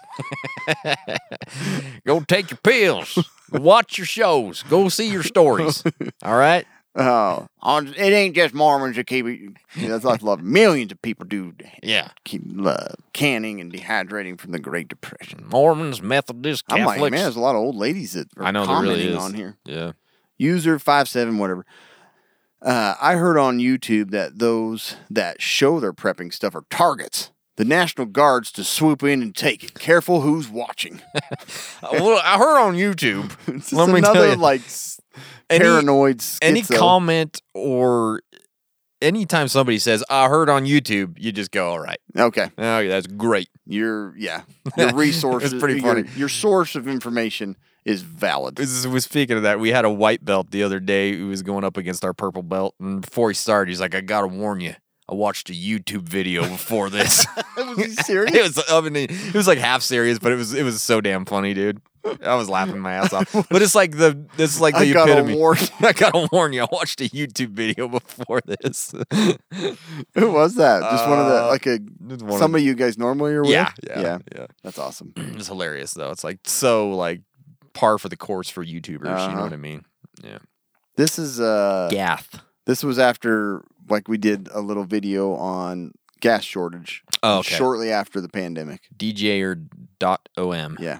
Speaker 5: Go take your pills. Go watch your shows. Go see your stories. All right.
Speaker 6: Oh, on, it ain't just Mormons that keep it. Yeah, that's what I love. Millions of people do
Speaker 5: Yeah.
Speaker 6: keep love, canning and dehydrating from the Great Depression.
Speaker 5: Mormons, Methodists,
Speaker 6: I'm
Speaker 5: Catholics.
Speaker 6: like, man, there's a lot of old ladies that are
Speaker 5: Mm. I know there
Speaker 6: commenting
Speaker 5: really is
Speaker 6: on here.
Speaker 5: Yeah.
Speaker 6: User five seven whatever. Uh, I heard on YouTube that those that show their prepping stuff are targets. The National Guards to swoop in and take it. Careful who's watching.
Speaker 5: Uh, well, I heard on YouTube.
Speaker 6: It's
Speaker 5: let
Speaker 6: just
Speaker 5: me
Speaker 6: another
Speaker 5: tell you,
Speaker 6: like s-
Speaker 5: Any-
Speaker 6: paranoid
Speaker 5: any
Speaker 6: schizo.
Speaker 5: comment or anytime somebody says "I heard on YouTube," you just go, "All right,
Speaker 6: Okay,
Speaker 5: okay, that's great."
Speaker 6: your yeah, your resources.
Speaker 5: pretty
Speaker 6: your-
Speaker 5: funny.
Speaker 6: Your, source of information is valid.
Speaker 5: This is- was speaking of that, we had a white belt the other day who was going up against our purple belt, and before he started, he's like, "I gotta warn you, I watched a YouTube video before this."
Speaker 6: Was he serious?
Speaker 5: it was I mean, it was like half serious, but it was it was so damn funny, dude. I was laughing my ass off. But it's like the this is like the
Speaker 6: I got a
Speaker 5: epitome.
Speaker 6: warrant.
Speaker 5: I gotta warn you, I watched a YouTube video before this.
Speaker 6: Who was that? Just one of the
Speaker 5: Uh,
Speaker 6: like a
Speaker 5: just one of
Speaker 6: somebody you guys normally are with.
Speaker 5: yeah, yeah, yeah,
Speaker 6: That's awesome.
Speaker 5: It's hilarious though. It's like so like par for the course for YouTubers. You know
Speaker 6: Uh-huh.
Speaker 5: what I mean?
Speaker 6: This is uh
Speaker 5: Gath.
Speaker 6: this was after like we did a little video on gas shortage
Speaker 5: Oh, okay.
Speaker 6: shortly after the pandemic.
Speaker 5: DJ or dot om.
Speaker 6: Yeah.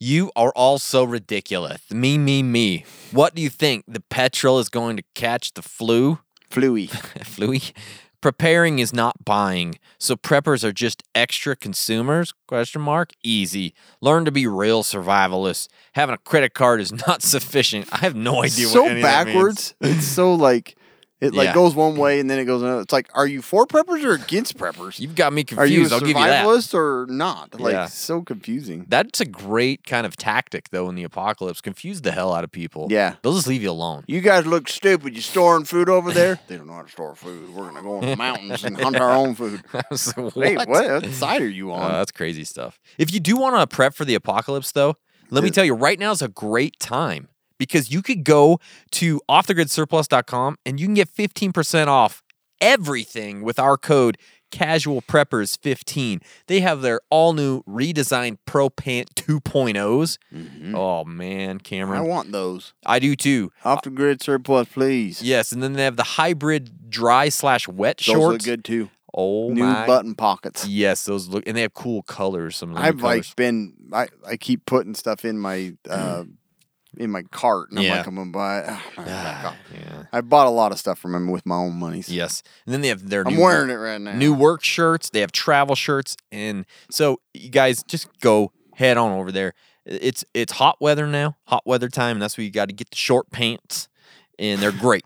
Speaker 5: You are all so ridiculous. Me, me, me. What do you think? The petrol is going to catch the flu?
Speaker 6: Fluey.
Speaker 5: Fluey? Preparing is not buying. So preppers are just extra consumers? Question mark. Easy. Learn to be real survivalists. Having a credit card is not sufficient. I have no idea
Speaker 6: so
Speaker 5: what any of that means.
Speaker 6: backwards. it's so like it like
Speaker 5: Yeah.
Speaker 6: goes one way and then it goes another. It's like, are you for preppers or against preppers?
Speaker 5: You've got me confused.
Speaker 6: are you a
Speaker 5: I'll give you that.
Speaker 6: survivalist or not? Like
Speaker 5: Yeah.
Speaker 6: so confusing.
Speaker 5: That's a great kind of tactic, though, in the apocalypse. Confuse the hell out of people.
Speaker 6: Yeah.
Speaker 5: They'll just leave you alone.
Speaker 6: You guys look stupid. You storing food over there? they don't know how to store food. We're gonna go in the mountains and hunt our own food.
Speaker 5: I was like,
Speaker 6: Wait, what? what side are you on?
Speaker 5: Oh, that's crazy stuff. If you do want to prep for the apocalypse, though, let me tell you, right now is a great time because you could go to offthegridsurplus.com and you can get 15% off everything with our code casual preppers 15 they have their all new redesigned pro pant 2.0s
Speaker 6: Mm-hmm.
Speaker 5: oh man
Speaker 6: I
Speaker 5: cameron
Speaker 6: want those.
Speaker 5: i do too
Speaker 6: Off the grid surplus, please.
Speaker 5: yes and then they have the hybrid dry slash wet
Speaker 6: those
Speaker 5: shorts
Speaker 6: look good too.
Speaker 5: oh
Speaker 6: New
Speaker 5: my
Speaker 6: button pockets.
Speaker 5: yes those look and they have cool colors some of the new
Speaker 6: I've
Speaker 5: colors.
Speaker 6: like been I, I keep putting stuff in my uh in my cart and I'm
Speaker 5: Yeah.
Speaker 6: like I'm gonna buy it. Ah, my God.
Speaker 5: yeah
Speaker 6: I bought a lot of stuff from him with my own money.
Speaker 5: Yes. And then they have their
Speaker 6: I'm
Speaker 5: new
Speaker 6: wearing it right now.
Speaker 5: new work shirts, they have travel shirts and so you guys just go head on over there. It's it's hot weather now, hot weather time, and that's where you got to get the short pants and they're great.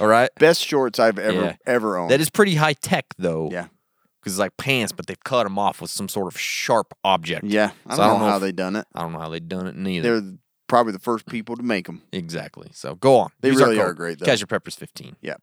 Speaker 5: All right?
Speaker 6: best shorts I've ever
Speaker 5: Yeah.
Speaker 6: ever owned.
Speaker 5: That is pretty high tech though.
Speaker 6: Oh. Yeah.
Speaker 5: Cuz it's like pants but they've cut them off with some sort of sharp object.
Speaker 6: yeah. I don't,
Speaker 5: So I don't
Speaker 6: know,
Speaker 5: know
Speaker 6: how
Speaker 5: if-
Speaker 6: they done it.
Speaker 5: I don't know how they done it neither.
Speaker 6: They're probably the first people to make them.
Speaker 5: exactly. So go on.
Speaker 6: They
Speaker 5: Use our
Speaker 6: really are
Speaker 5: code,
Speaker 6: great, though.
Speaker 5: Casual Peppers 15.
Speaker 6: Yeah.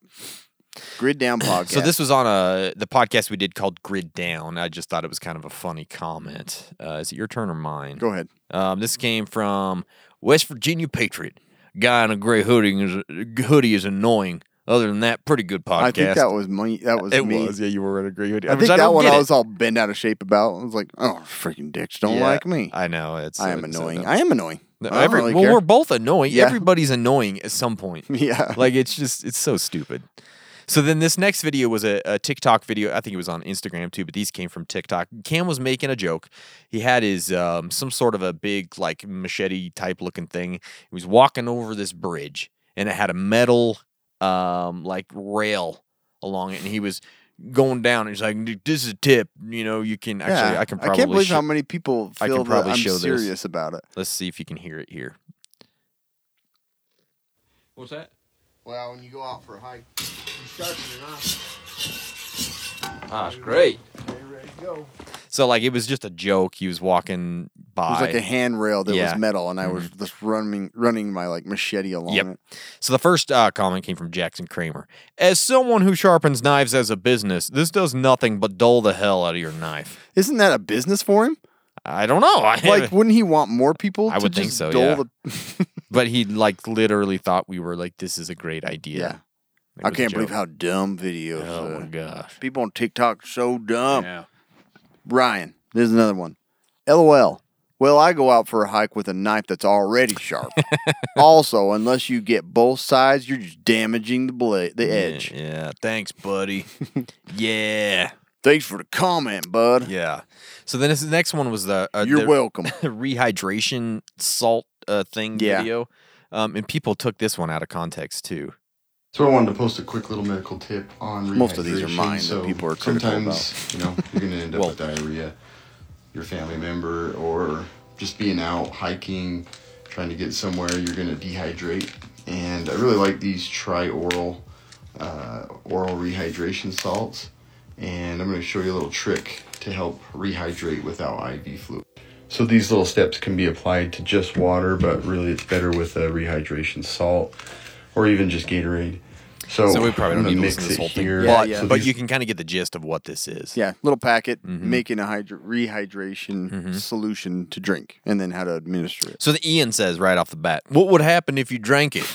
Speaker 6: Grid down podcast.
Speaker 5: So this was on a the podcast we did called Grid Down. I just thought it was kind of a funny comment. Uh, is it your turn or mine?
Speaker 6: Go ahead.
Speaker 5: Um, this came from West Virginia Patriot. Guy in a gray hoodie is hoodie is annoying. Other than that, pretty good podcast.
Speaker 6: I think that was me. That was
Speaker 5: it
Speaker 6: me.
Speaker 5: was. Yeah, you were in a gray hoodie.
Speaker 6: I
Speaker 5: which
Speaker 6: think that
Speaker 5: don't
Speaker 6: one
Speaker 5: get
Speaker 6: I
Speaker 5: it.
Speaker 6: was all bent out of shape about. I was like, oh, freaking dicks don't
Speaker 5: Yeah,
Speaker 6: like me. I,
Speaker 5: I know it's.
Speaker 6: am
Speaker 5: it's-
Speaker 6: annoying.
Speaker 5: uh,
Speaker 6: I am annoying.
Speaker 5: no,
Speaker 6: I don't
Speaker 5: every-
Speaker 6: really
Speaker 5: well,
Speaker 6: care.
Speaker 5: we're both annoying.
Speaker 6: Yeah.
Speaker 5: Everybody's annoying at some point.
Speaker 6: yeah.
Speaker 5: like it's just it's so stupid. So then this next video was a, a TikTok video. I think it was on Instagram too, but these came from TikTok. Cam was making a joke. He had his um, some sort of a big like machete type looking thing. He was walking over this bridge, and it had a metal um, like rail along it, and he was going down. And he's like, "This is a tip, you know. You can actually, I can probably
Speaker 6: I can't believe
Speaker 5: sho-
Speaker 6: how many people
Speaker 5: I can
Speaker 6: feel that
Speaker 5: probably
Speaker 6: I'm
Speaker 5: show this.
Speaker 6: serious about it.
Speaker 5: Let's see if you can hear it here. What's that?
Speaker 6: Well, when you go out for a hike, you sharpen your knife.
Speaker 5: That's Ah, great.
Speaker 6: They're ready to go.
Speaker 5: So like it was just a joke. He was walking by.
Speaker 6: It was like a handrail that
Speaker 5: Yeah. Mm-hmm.
Speaker 6: was metal, and I was just running running my like machete along
Speaker 5: Yep.
Speaker 6: it.
Speaker 5: So the first uh, comment came from Jackson Kramer. As someone who sharpens knives as a business, this does nothing but dull the hell out of your knife.
Speaker 6: Isn't that a business for him?
Speaker 5: I don't know. I
Speaker 6: Like, wouldn't he want more people?
Speaker 5: I
Speaker 6: to
Speaker 5: would think
Speaker 6: just
Speaker 5: so,
Speaker 6: dull
Speaker 5: yeah.
Speaker 6: the-
Speaker 5: but he like literally thought we were like, this is a great
Speaker 6: yeah.
Speaker 5: idea. It
Speaker 6: I
Speaker 5: was a
Speaker 6: can't believe
Speaker 5: joke.
Speaker 6: how dumb videos.
Speaker 5: Oh
Speaker 6: uh,
Speaker 5: my gosh.
Speaker 6: People on TikTok are so dumb. Ryan, there's another one. LOL. Well, I go out for a hike with a knife that's already sharp. also, unless you get both sides, you're just damaging the blade, the edge.
Speaker 5: Yeah, yeah. Thanks, buddy. yeah.
Speaker 6: Thanks for the comment, bud.
Speaker 5: Yeah. So then this the next one was the uh,
Speaker 6: You're
Speaker 5: the-
Speaker 6: welcome.
Speaker 5: the rehydration salt uh, thing
Speaker 6: Yeah.
Speaker 5: video. Um, and people took this one out of context too.
Speaker 4: So I wanted to post a quick little medical tip on
Speaker 6: Most of these are
Speaker 4: rehydration.
Speaker 6: mine that
Speaker 4: So
Speaker 6: people are critical
Speaker 4: sometimes you know you're gonna end up
Speaker 5: Well-
Speaker 4: with diarrhea. Your family member or just being out hiking, trying to get somewhere, you're gonna dehydrate. And I really like these tri-oral, uh, oral rehydration salts. And I'm gonna show you a little trick to help rehydrate without IV fluid. So these little steps can be applied to just water, but really it's better with a rehydration salt or even just Gatorade. So,
Speaker 5: So we probably
Speaker 4: Oh, I'm
Speaker 5: don't
Speaker 4: gonna
Speaker 5: need to
Speaker 4: mix
Speaker 5: listen to this
Speaker 4: it
Speaker 5: whole thing.
Speaker 4: here.
Speaker 5: But,
Speaker 6: yeah.
Speaker 4: So
Speaker 5: but
Speaker 4: these-
Speaker 5: you can kind of get the gist of what this is.
Speaker 6: Yeah, little packet
Speaker 5: Mm-hmm.
Speaker 6: making a hydra- rehydration solution to drink, and then how to administer it.
Speaker 5: So the Ian says right off the bat, what would happen if you drank it?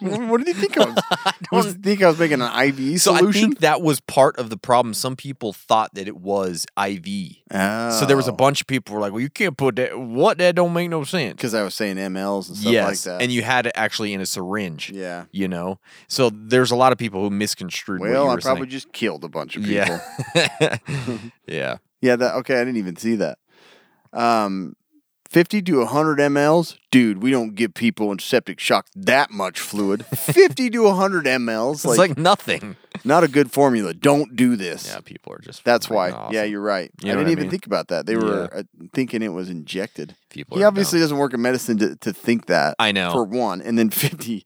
Speaker 6: what did he think I was? was he think I was making an IV
Speaker 5: So I
Speaker 6: solution?
Speaker 5: think that was part of the problem. Some people thought that it was IV. So there was
Speaker 6: Oh.
Speaker 5: a bunch of people who were like, "Well, you can't put that. What? That don't make no sense."
Speaker 6: because Oh, I was saying MLs and stuff like that.
Speaker 5: and you had it actually in a syringe.
Speaker 6: Yeah.
Speaker 5: you know. So there's a lot of people who misconstrued. what you
Speaker 6: well, I
Speaker 5: were
Speaker 6: probably
Speaker 5: saying.
Speaker 6: just killed a bunch of people.
Speaker 5: Yeah. yeah.
Speaker 6: Yeah, that okay, I didn't even see that. Um 50 to 100 mLs? Dude, we don't give people in septic shock that much fluid. 50 to 100 mLs,
Speaker 5: It's like,
Speaker 6: like,
Speaker 5: nothing.
Speaker 6: not a good formula. Don't do this.
Speaker 5: Yeah, people are just.
Speaker 6: That's
Speaker 5: freaking
Speaker 6: why. Yeah,
Speaker 5: awesome.
Speaker 6: you're right.
Speaker 5: You
Speaker 6: I
Speaker 5: know what
Speaker 6: didn't
Speaker 5: I
Speaker 6: even
Speaker 5: mean?
Speaker 6: think about that. They were uh, thinking it was injected.
Speaker 5: People
Speaker 6: he
Speaker 5: are
Speaker 6: obviously doesn't work in medicine to, to think that.
Speaker 5: I know.
Speaker 6: For one, and then "Oh, 50.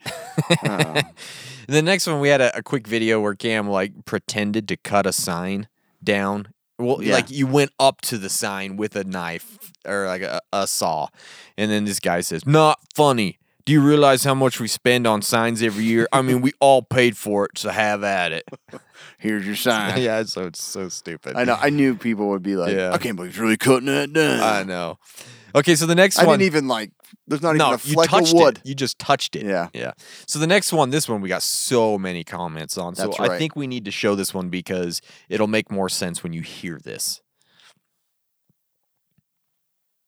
Speaker 5: The next one, we had a, a quick video where Cam like pretended to cut a sign down. Well,
Speaker 6: Yeah.
Speaker 5: like you went up to the sign with a knife or like a, a saw, and then this guy says, "Not funny." Do you realize how much we spend on signs every year? I mean, we all paid for it, so have at it.
Speaker 6: Here's your sign.
Speaker 5: yeah, so it's so stupid.
Speaker 6: I know. I knew people would be like,
Speaker 5: Yeah.
Speaker 6: I can't believe he's really cutting that down.
Speaker 5: I know. Okay, so the next
Speaker 6: I
Speaker 5: one.
Speaker 6: didn't even like, there's not even
Speaker 5: no,
Speaker 6: a
Speaker 5: you
Speaker 6: fleck of
Speaker 5: touched
Speaker 6: wood.
Speaker 5: it. You just touched it.
Speaker 6: Yeah.
Speaker 5: yeah. So the next one, this one, we got so many comments on. So
Speaker 6: That's
Speaker 5: I
Speaker 6: right.
Speaker 5: think we need to show this one because it'll make more sense when you hear this.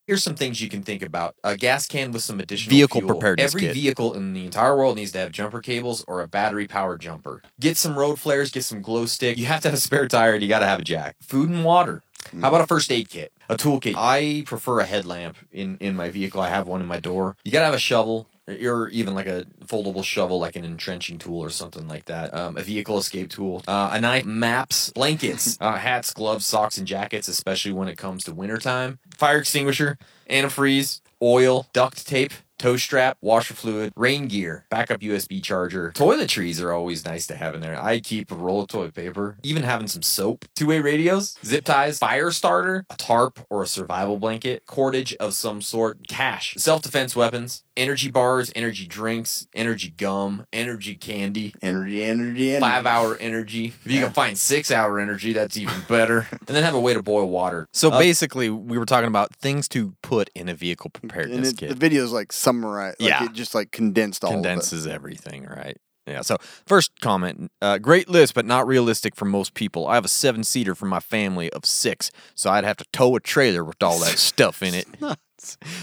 Speaker 5: Here's some things you can think about. A gas can with some additional
Speaker 7: Vehicle
Speaker 5: fuel.
Speaker 7: preparedness
Speaker 5: Every
Speaker 7: kit.
Speaker 5: vehicle in the entire world needs to have jumper cables or a battery powered jumper. Get some road flares, get some glow stick. You have to have a spare tire and you got to have a jack. Food and water. How about a first aid kit? A toolkit. I prefer a headlamp in in my vehicle. I have one in my door. You got to have a shovel or even like a foldable shovel, like an entrenching tool or something like that. Um, a vehicle escape tool, uh, a knife, maps, blankets, uh, hats, gloves, socks, and jackets, especially when it comes to wintertime. Fire extinguisher, antifreeze, oil, duct tape. Toe strap, washer fluid, rain gear, backup USB charger. Toiletries are always nice to have in there. I keep a roll of toilet paper, even having some soap, two way radios, zip ties, fire starter, a tarp or a survival blanket, cordage of some sort, cash, self defense weapons, energy bars, energy drinks, energy gum, energy candy,
Speaker 6: Energy, energy, energy.
Speaker 5: five hour energy. If you can find six hour energy, that's even better. and then have a way to boil water. Uh, So basically, we were talking about things to put in a vehicle
Speaker 6: and
Speaker 5: preparedness
Speaker 6: it, the video's like summarized. Like
Speaker 5: Yeah.
Speaker 6: It just like condensed all of
Speaker 5: condenses everything, right? Yeah. So first comment, uh, great list, but not realistic for most people. I have a seven seater for my family of six, so I'd have to tow a trailer with all that stuff in it.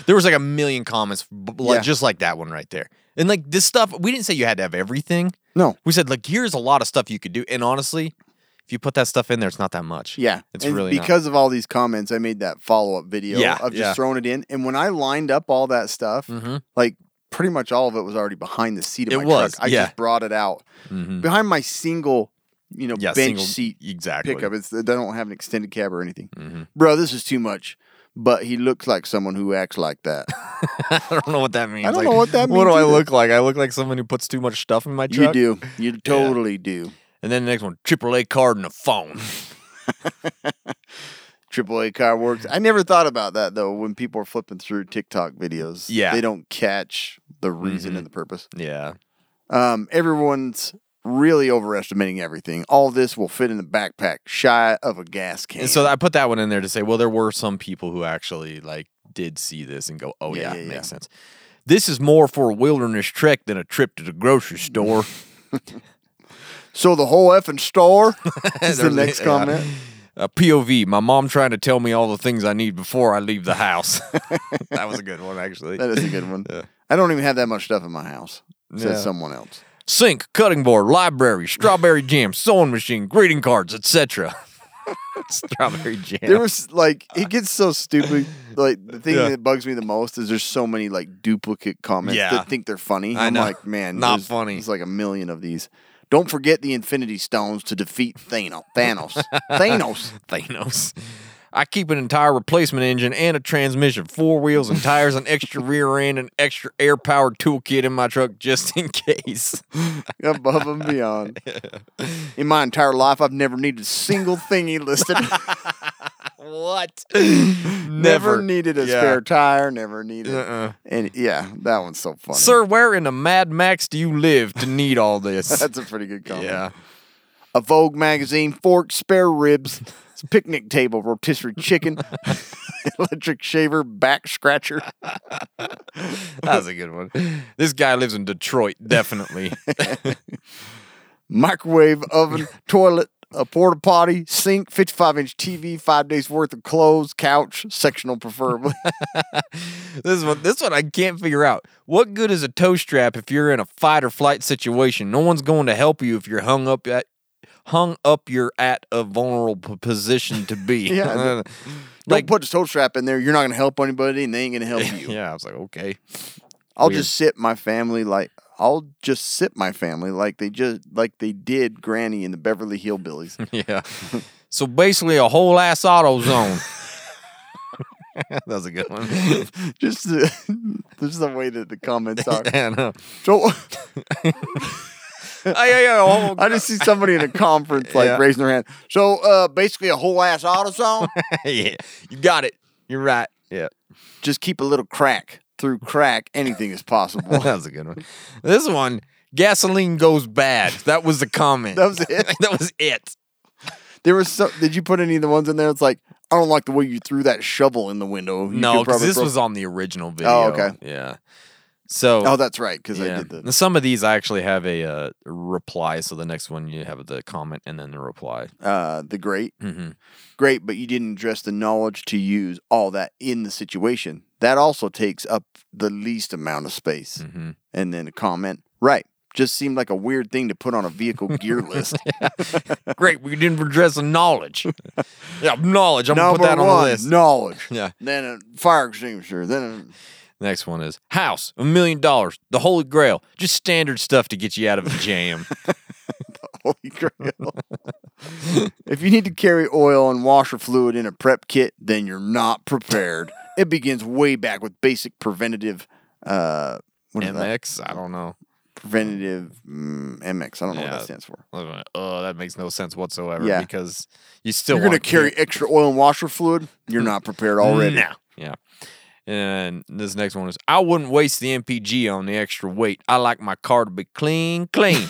Speaker 5: There was like a million comments, b- like,
Speaker 6: Yeah.
Speaker 5: just like that one right there. And like this stuff, we didn't say you had to have everything.
Speaker 6: No.
Speaker 5: we said like here's a lot of stuff you could do. And honestly, if you put that stuff in there, it's not that much.
Speaker 6: it. Yeah.
Speaker 5: it's
Speaker 6: and
Speaker 5: really not.
Speaker 6: because of all these comments, I made that follow up video
Speaker 5: Yeah,
Speaker 6: of just
Speaker 5: yeah.
Speaker 6: throwing it in. And when I lined up all that stuff,
Speaker 5: Mhm.
Speaker 6: like pretty much all of it was already behind the seat of
Speaker 5: It
Speaker 6: my
Speaker 5: was,
Speaker 6: truck. I
Speaker 5: yeah.
Speaker 6: just brought it out
Speaker 5: Mhm.
Speaker 6: behind my single, you know,
Speaker 5: Yeah,
Speaker 6: bench
Speaker 5: single-
Speaker 6: seat
Speaker 5: exactly.
Speaker 6: pickup. It's I don't have an extended cab or anything.
Speaker 5: Mhm.
Speaker 6: Bro, this is too much. But he looks like someone who acts like that.
Speaker 5: I don't know what that means.
Speaker 6: I don't
Speaker 5: Like,
Speaker 6: know what that
Speaker 5: What do
Speaker 6: means
Speaker 5: I
Speaker 6: either.
Speaker 5: look like? I look like someone who puts too much stuff in my
Speaker 6: you
Speaker 5: truck.
Speaker 6: do. You totally do.
Speaker 5: And then the next one, AAA card and a phone.
Speaker 6: AAA car works. I never thought about that though. When people are flipping through TikTok videos,
Speaker 5: Yeah. Mm-hmm.
Speaker 6: they don't catch the reason and the purpose.
Speaker 5: yeah.
Speaker 6: Um, everyone's really overestimating everything. All this will fit in the backpack, shy of a gas can.
Speaker 5: And so I put that one in there to say, well, there were some people who actually like did see this and go, oh yeah,
Speaker 6: Yeah,
Speaker 5: it
Speaker 6: yeah, yeah.
Speaker 5: makes sense. This is more for a wilderness trek than a trip to the grocery store.
Speaker 6: So the whole effing store is the
Speaker 5: There's
Speaker 6: next
Speaker 5: yeah.
Speaker 6: comment.
Speaker 5: A POV, my mom trying to tell me all the things I need before I leave the house. that was a good one, actually.
Speaker 6: That is a good one. I don't even have that much stuff in my house. Says
Speaker 5: Yeah.
Speaker 6: someone else.
Speaker 5: Sink, cutting board, library, strawberry jam, sewing machine, greeting cards, etc. strawberry jam.
Speaker 6: There was like it gets so stupid. Like the thing
Speaker 5: Yeah.
Speaker 6: that bugs me the most is there's so many like duplicate comments
Speaker 5: Yeah.
Speaker 6: that think they're funny.
Speaker 5: I
Speaker 6: I'm
Speaker 5: know.
Speaker 6: like, man,
Speaker 5: Not
Speaker 6: there's-
Speaker 5: funny.
Speaker 6: It's like a million of these. Don't forget the Infinity Stones to defeat Thanos. Thanos. Thanos.
Speaker 5: Thanos. I keep an entire replacement engine and a transmission, four wheels and tires, an extra rear end, an extra air powered toolkit in my truck just in case.
Speaker 6: Above and beyond. In my entire life, I've never needed a single thing he listed.
Speaker 5: what?
Speaker 6: never needed a
Speaker 5: Yeah.
Speaker 6: spare tire. Never needed.
Speaker 5: Uh-uh.
Speaker 6: And yeah, that one's so funny.
Speaker 5: Sir, where in the Mad Max do you live to need all this?
Speaker 6: That's a pretty good comment.
Speaker 5: yeah.
Speaker 6: a Vogue magazine, fork, spare ribs, picnic table, rotisserie chicken, electric shaver, back scratcher.
Speaker 5: That was a good one. This guy lives in Detroit, definitely.
Speaker 6: microwave oven, toilet, a porta potty, sink, 55 inch TV, five days worth of clothes, couch, sectional preferably.
Speaker 5: this one, this one, I can't figure out. What good is a toe strap if you're in a fight or flight situation? No one's going to help you if you're hung up at hung up. You're at a vulnerable position to be.
Speaker 6: Yeah,
Speaker 5: like
Speaker 6: Don't put a toe strap in there. You're not going to help anybody and they ain't going to help you.
Speaker 5: yeah. I was like, okay,
Speaker 6: I'll
Speaker 5: weird.
Speaker 6: just sit my family like. I'll just sit my family like they just like they did Granny in the Beverly Hillbillies.
Speaker 5: yeah. so basically, a whole ass auto zone. that was a good one.
Speaker 6: just the, this is the way that the comments are.
Speaker 5: yeah, I know.
Speaker 6: So
Speaker 5: Oh, yeah, yeah, a whole-
Speaker 6: I just see somebody in a conference like
Speaker 5: Yeah.
Speaker 6: raising their hand. So uh, basically, a whole ass AutoZone.
Speaker 5: yeah, you got it. You're right. Yeah.
Speaker 6: just keep a little crack through crack. Anything is possible.
Speaker 5: that was a good one. This one, gasoline goes bad. That was the comment.
Speaker 6: That was it?
Speaker 5: that was it.
Speaker 6: There was so. Did you put any of the ones in there? It's like I don't like the way you threw that shovel in the window. You
Speaker 5: no,
Speaker 6: could
Speaker 5: because
Speaker 6: probably
Speaker 5: this
Speaker 6: throw-
Speaker 5: was on the original video.
Speaker 6: okay.
Speaker 5: Yeah. So.
Speaker 6: Oh, that's right. Because I
Speaker 5: yeah.
Speaker 6: did
Speaker 5: And
Speaker 6: the.
Speaker 5: Some of these I actually have a uh, reply. So the next one you have the comment and then the reply.
Speaker 6: Uh, the great,
Speaker 5: hmm
Speaker 6: great, but you didn't address the knowledge to use all that in the situation. That also takes up the least amount of space.
Speaker 5: hmm
Speaker 6: And then a comment, right? Just seemed like a weird thing to put on a vehicle gear list.
Speaker 5: Great. We didn't address the knowledge. yeah, knowledge. I'm
Speaker 6: Number
Speaker 5: gonna put that
Speaker 6: one,
Speaker 5: on the list.
Speaker 6: knowledge.
Speaker 5: Yeah.
Speaker 6: Then a fire extinguisher. Then
Speaker 5: Next one is house, a million dollars, the holy grail, just standard stuff to get you out of a jam.
Speaker 6: a holy grail. if you need to carry oil and washer fluid in a prep kit, then you're not prepared. it begins way back with basic preventative. Uh, what is that?
Speaker 5: MX. I don't know.
Speaker 6: Preventative mm, MX. I don't know what
Speaker 5: Yeah.
Speaker 6: that stands for.
Speaker 5: Oh, that makes no sense whatsoever.
Speaker 6: Yeah.
Speaker 5: Because you still
Speaker 6: you're going to
Speaker 5: wanna
Speaker 6: carry
Speaker 5: get-
Speaker 6: extra oil and washer fluid. You're not prepared already.
Speaker 5: No. Yeah. And this next one is I wouldn't waste the MPG on the extra weight. I like my car to be clean, clean.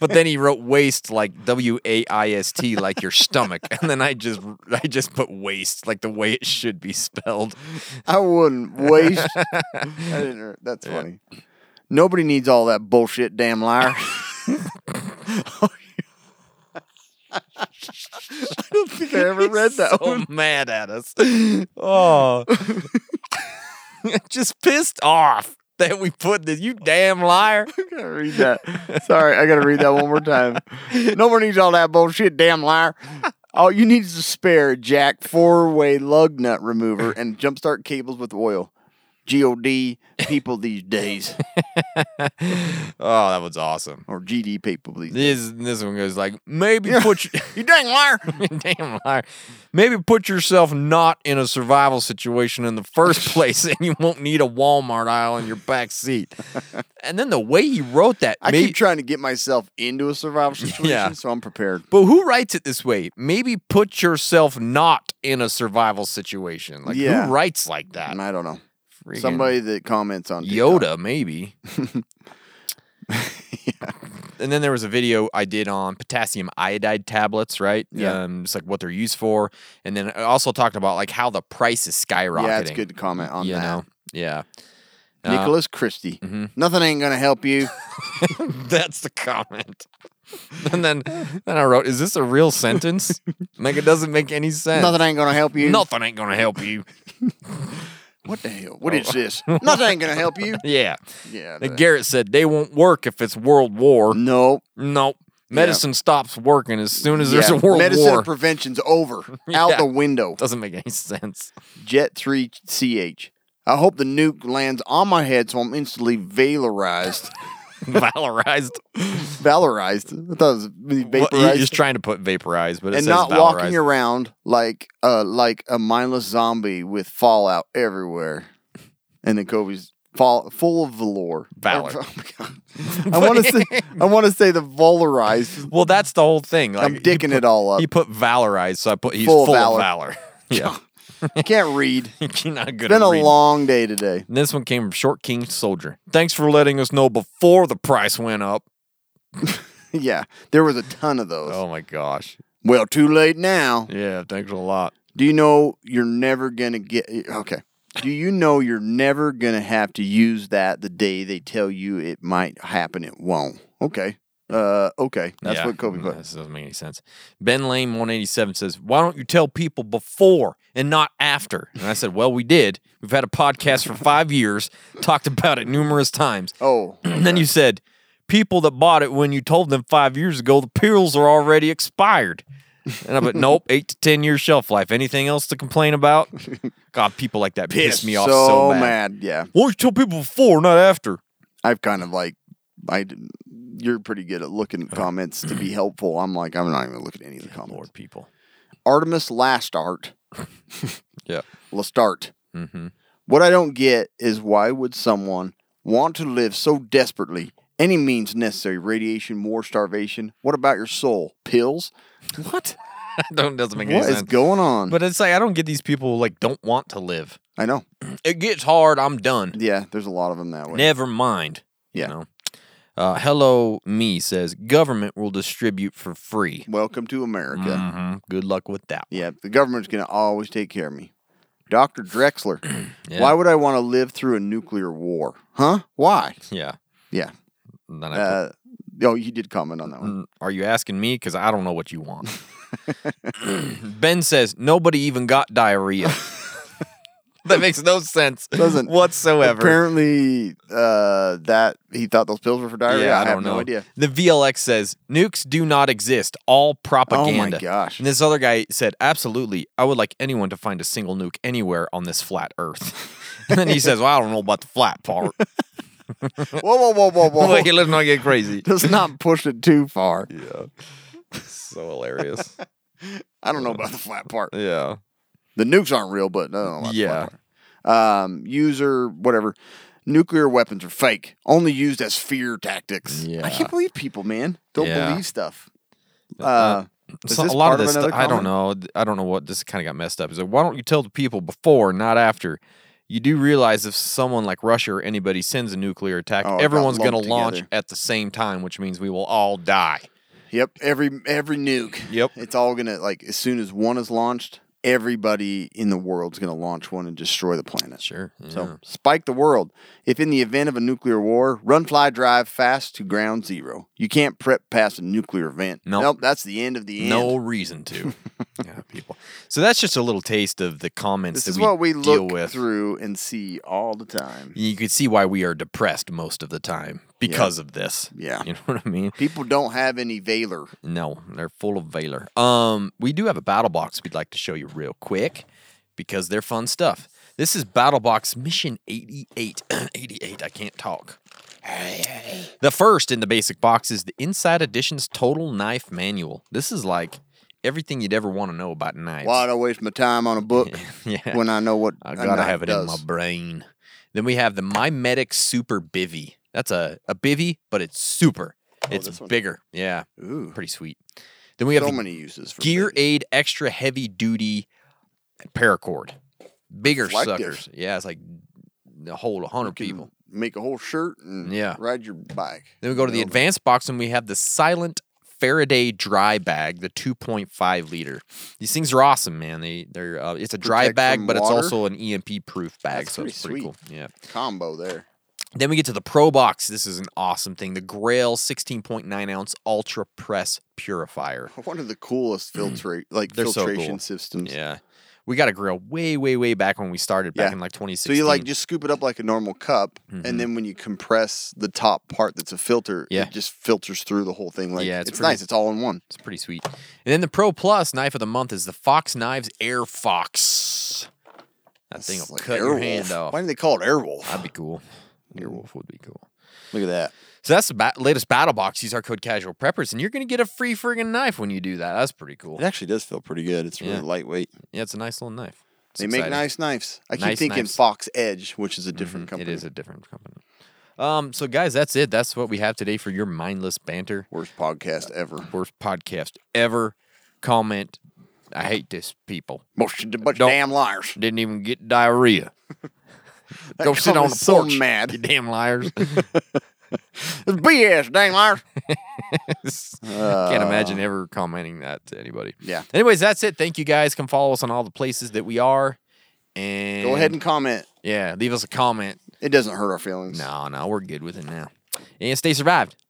Speaker 5: but then he wrote waste like W A I S T like your stomach. And then I just I just put waste like the way it should be spelled.
Speaker 6: I wouldn't waste. I didn't, that's funny. Nobody needs all that bullshit, damn liar. I don't think I ever read that
Speaker 5: so
Speaker 6: one.
Speaker 5: mad at us. Oh, just pissed off that we put this. You damn liar!
Speaker 6: I gotta read that. Sorry, I gotta read that one more time. Nobody needs all that bullshit, damn liar. All you need is a spare jack, four-way lug nut remover, and jumpstart cables with oil. God people these days,
Speaker 5: Oh, that was awesome.
Speaker 6: or GD people these. days.
Speaker 5: This this one goes like maybe
Speaker 6: Yeah.
Speaker 5: put your,
Speaker 6: You dang liar!
Speaker 5: damn liar. Maybe put yourself not in a survival situation in the first place, and you won't need a Walmart aisle in your back seat. And then the way he wrote that,
Speaker 6: I
Speaker 5: may-
Speaker 6: keep trying to get myself into a survival situation,
Speaker 5: Yeah.
Speaker 6: so I'm prepared.
Speaker 5: But who writes it this way? Maybe put yourself not in a survival situation. Like
Speaker 6: Yeah.
Speaker 5: who writes like that?
Speaker 6: And I don't know.
Speaker 5: Friggin'
Speaker 6: Somebody that comments on TikTok.
Speaker 5: Yoda, maybe. And then there was a video I did on potassium iodide tablets, right?
Speaker 6: Yeah.
Speaker 5: Um, it's like what they're used for. And then I also talked about like how the price is skyrocketing.
Speaker 6: Yeah, it's good to comment on
Speaker 5: you
Speaker 6: that.
Speaker 5: know? Yeah. Uh, mm-hmm.
Speaker 6: Nicholas Christie. Nothing ain't gonna help you.
Speaker 5: That's the comment. and then then I wrote, is this a real sentence? like it doesn't make any sense.
Speaker 6: Nothing ain't gonna help you.
Speaker 5: Nothing ain't gonna help you.
Speaker 6: What the hell? What is this? Nothing ain't gonna help you.
Speaker 5: Yeah.
Speaker 6: Yeah.
Speaker 5: Like
Speaker 6: the-
Speaker 5: Garrett said, Oh. they won't work if it's world war.
Speaker 6: no.
Speaker 5: Nope. Medicine stops working as soon as there's
Speaker 6: Yeah,
Speaker 5: a world
Speaker 6: Medicine
Speaker 5: war.
Speaker 6: prevention's over. Out
Speaker 5: Yeah.
Speaker 6: the window.
Speaker 5: Doesn't make any sense.
Speaker 6: Jet 3 CH. I hope the nuke lands on my head so I'm instantly valorized.
Speaker 5: Valorized.
Speaker 6: valorized. I thought it was
Speaker 5: Well,
Speaker 6: vaporized.
Speaker 5: you're just trying to put vaporized, but it
Speaker 6: and
Speaker 5: says
Speaker 6: not walking
Speaker 5: valorized.
Speaker 6: around like uh like a mindless zombie with fallout everywhere. And then Kobe's fall full of valor.
Speaker 5: Valor.
Speaker 6: Oh, my God. I want to say I want to say the valorized.
Speaker 5: Well, that's the whole thing. Like,
Speaker 6: I'm
Speaker 5: he
Speaker 6: dicking
Speaker 5: put-
Speaker 6: it all up.
Speaker 5: He put valorized, so I put he's
Speaker 6: Full
Speaker 5: Um, full,
Speaker 6: of valor.
Speaker 5: of valor. yeah,
Speaker 6: Can't read.
Speaker 5: you're not good.
Speaker 6: It's been
Speaker 5: at
Speaker 6: a
Speaker 5: reading.
Speaker 6: long day today.
Speaker 5: And this one came from Short King Soldier. Thanks for letting us know before the price went up.
Speaker 6: yeah, there was a ton of those.
Speaker 5: Oh my gosh.
Speaker 6: Well, too late now.
Speaker 5: Yeah, thanks a lot.
Speaker 6: Do you know you're never gonna get? Okay. Do you know you're never gonna have to use that the day they tell you it might happen? It won't. Okay. Uh. Okay. That's
Speaker 5: Yeah,
Speaker 6: what Kobe put.
Speaker 5: This doesn't make any sense. Ben Lane 187 says, Why don't you tell people before and not after? And I said, Well, we did. We've had a podcast for five years, talked about it numerous times.
Speaker 6: Oh.
Speaker 5: And then you said, People that bought it when you told them five years ago, the pills are already expired. And I but nope, eight to ten year shelf life. Anything else to complain about? God, people like that piss me off so, bad.
Speaker 6: Yeah.
Speaker 5: Why don't you tell people before, not after?
Speaker 6: I've kind of like I. didn't- You're pretty good at looking at comments to be helpful. I'm like I'm not even looking at any of the comments.
Speaker 5: Uh, Lord, people.
Speaker 6: Artemis Lastart.
Speaker 5: Yeah.
Speaker 6: Lastart.
Speaker 5: Mm-hmm.
Speaker 6: What I don't get is why would someone want to live so desperately? Any means necessary, radiation, war, starvation. What about your soul? Pills?
Speaker 5: What? Don't doesn't make
Speaker 6: What
Speaker 5: any
Speaker 6: is
Speaker 5: sense.
Speaker 6: going on?
Speaker 5: But it's like I don't get these people who like don't want to live.
Speaker 6: I know.
Speaker 5: It gets hard. I'm done.
Speaker 6: Yeah, there's a lot of them that way.
Speaker 5: Never mind.
Speaker 6: Yeah.
Speaker 5: You know? Uh, Hello me says government will distribute for free.
Speaker 6: Welcome to America.
Speaker 5: Mhm. Good luck with that.
Speaker 6: Yeah, the government's going to always take care of me. Dr. Drexler,
Speaker 5: Yeah.
Speaker 6: why would I want to live through a nuclear war? Huh? Why?
Speaker 5: Yeah.
Speaker 6: Yeah.
Speaker 5: And then I put,
Speaker 6: Uh, oh, you did comment on that
Speaker 5: "Mm,
Speaker 6: one.
Speaker 5: are you asking me? Because I don't know what you want. ben says nobody even got diarrhea. that makes no sense
Speaker 6: Doesn't.
Speaker 5: whatsoever.
Speaker 6: Apparently, uh, that he thought those pills were for diarrhea. I, have no idea.
Speaker 5: The VLX says nukes do not exist.
Speaker 6: Oh
Speaker 5: All propaganda.
Speaker 6: gosh.
Speaker 5: And this other guy said, "Absolutely, I would like anyone to find a single nuke anywhere on this flat Earth." and then he says, "Well, I don't know about the flat part.
Speaker 6: Whoa, whoa, whoa, whoa, whoa.
Speaker 5: Wait, let's not get crazy."
Speaker 6: Let's not push it too far.
Speaker 5: so hilarious.
Speaker 6: I don't know about the flat part.
Speaker 5: Yeah.
Speaker 6: The nukes aren't real, but no,
Speaker 5: Uh, Yeah.
Speaker 6: Um, user whatever. Nuclear weapons are fake, only used as fear tactics. I
Speaker 5: Yeah.
Speaker 6: can't believe people, man. Don't
Speaker 5: Yeah.
Speaker 6: believe stuff. Uh, is
Speaker 5: So a
Speaker 6: this
Speaker 5: lot
Speaker 6: part
Speaker 5: of this,
Speaker 6: another
Speaker 5: stuff, I don't
Speaker 6: comment?
Speaker 5: know. I don't know what this kind of got messed up. Is like, why don't you tell the people before, not after? You do realize if someone like Russia or anybody sends a nuclear attack,
Speaker 6: Oh, it got
Speaker 5: everyone's going to
Speaker 6: lumped
Speaker 5: launch
Speaker 6: together.
Speaker 5: at the same time, which means we will all die.
Speaker 6: Yep, every every nuke.
Speaker 5: Yep.
Speaker 6: It's all gonna like as soon as one is launched, everybody in the world's gonna launch one and destroy the planet.
Speaker 5: Sure. Yeah.
Speaker 6: So spike the world. If in the event of a nuclear war, run, fly, drive fast to ground zero. You can't prep past a nuclear event.
Speaker 5: Nope.
Speaker 6: that's the end of the end.
Speaker 5: no reason to. yeah, people. So that's just a little taste of the comments
Speaker 6: this is
Speaker 5: that we,
Speaker 6: what we
Speaker 5: deal
Speaker 6: look
Speaker 5: with.
Speaker 6: through and see all the time.
Speaker 5: You can see why we are depressed most of the time because of this.
Speaker 6: Yeah.
Speaker 5: You know what I mean?
Speaker 6: People don't have any valor.
Speaker 5: No, they're full of valor. Um, we do have a battle box we'd like to show you real quick because they're fun stuff. This is Battle Box Mission 88. 88, I can't talk. The first in the basic box is the Inside Edition's Total Knife Manual. This is like everything you'd ever want to know about knives.
Speaker 6: Why do I waste my time on a book
Speaker 5: Yeah.
Speaker 6: when I know what
Speaker 5: I
Speaker 6: a
Speaker 5: gotta
Speaker 6: knife
Speaker 5: have it in my
Speaker 6: does?
Speaker 5: brain. Then we have the MyMedic Super Bivy. That's a, a bivy, but it's super. it's bigger. Yeah.
Speaker 6: Ooh.
Speaker 5: Pretty sweet. Then we have
Speaker 6: Oh, So
Speaker 5: the
Speaker 6: many uses for
Speaker 5: Gear
Speaker 6: babies.
Speaker 5: Aid Extra Heavy Duty Paracord. Bigger
Speaker 6: Reflective.
Speaker 5: suckers. Yeah, it's like a whole 100 people.
Speaker 6: Make a whole shirt and
Speaker 5: Yeah.
Speaker 6: ride your bike.
Speaker 5: Then we go to the
Speaker 6: Nailed it.
Speaker 5: advanced box and we have the Silent Faraday Dry Bag, the 2.5 liter. These things are awesome, man. They they're uh, it's a dry
Speaker 6: Protect
Speaker 5: bag,
Speaker 6: from
Speaker 5: but
Speaker 6: water?
Speaker 5: it's also an EMP proof bag,
Speaker 6: That's
Speaker 5: so it's pretty
Speaker 6: pretty
Speaker 5: cool. Yeah.
Speaker 6: combo there.
Speaker 5: Then we get to the Pro Box. This is an awesome thing. The Grail 16.9 ounce Ultra Press Purifier.
Speaker 6: One of the coolest filtrate like
Speaker 5: They're so
Speaker 6: filtration
Speaker 5: cool.
Speaker 6: systems.
Speaker 5: Yeah. We got a grill way, way, way back when we started back
Speaker 6: Yeah.
Speaker 5: in like 2016.
Speaker 6: So you like just scoop it up like a normal cup, and then when you compress the top part that's a filter,
Speaker 5: Mm-hmm. Yeah.
Speaker 6: it just filters through the whole thing. Like
Speaker 5: Yeah, it's
Speaker 6: it's,
Speaker 5: pretty-
Speaker 6: nice. It's all in one.
Speaker 5: It's pretty sweet. And then the Pro Plus knife of the month is the Fox Knives Air Fox. That thing will
Speaker 6: It's like
Speaker 5: cut your
Speaker 6: Airwolf.
Speaker 5: hand off.
Speaker 6: Why do they call it Airwolf?
Speaker 5: That'd be cool.
Speaker 6: Mm.
Speaker 5: Airwolf would be cool.
Speaker 6: Look at that.
Speaker 5: So that's the ba- latest battle box. Use our code Casual Preppers, and you're gonna get a free friggin' knife when you do that. That's pretty cool.
Speaker 6: It actually does feel pretty good. It's really
Speaker 5: Yeah.
Speaker 6: lightweight.
Speaker 5: Yeah, it's a nice little knife. It's
Speaker 6: they make
Speaker 5: exciting.
Speaker 6: nice knives. I keep
Speaker 5: Nice
Speaker 6: thinking
Speaker 5: knives. Mm-hmm.
Speaker 6: Fox Edge, which is a different
Speaker 5: It
Speaker 6: company.
Speaker 5: is a different company. Um, so guys, that's it. That's what we have today for your mindless banter.
Speaker 6: worst podcast
Speaker 5: Uh,
Speaker 6: ever.
Speaker 5: Worst podcast ever. Comment. I hate this people.
Speaker 6: Bunch of bunch of
Speaker 5: Don't-
Speaker 6: damn liars.
Speaker 5: Didn't even get diarrhea.
Speaker 6: That
Speaker 5: Go sit on
Speaker 6: comment
Speaker 5: the
Speaker 6: is so
Speaker 5: porch.
Speaker 6: mad.
Speaker 5: You damn liars.
Speaker 6: It's BS, damn liars. Uh,
Speaker 5: Can't imagine ever commenting that to anybody.
Speaker 6: Yeah.
Speaker 5: Anyways, that's it. Thank you guys. Come follow us on all the places that we are. And
Speaker 6: Go ahead and comment.
Speaker 5: yeah, leave us a comment.
Speaker 6: It doesn't hurt our feelings.
Speaker 5: No, no, we're good with it now. And stay survived.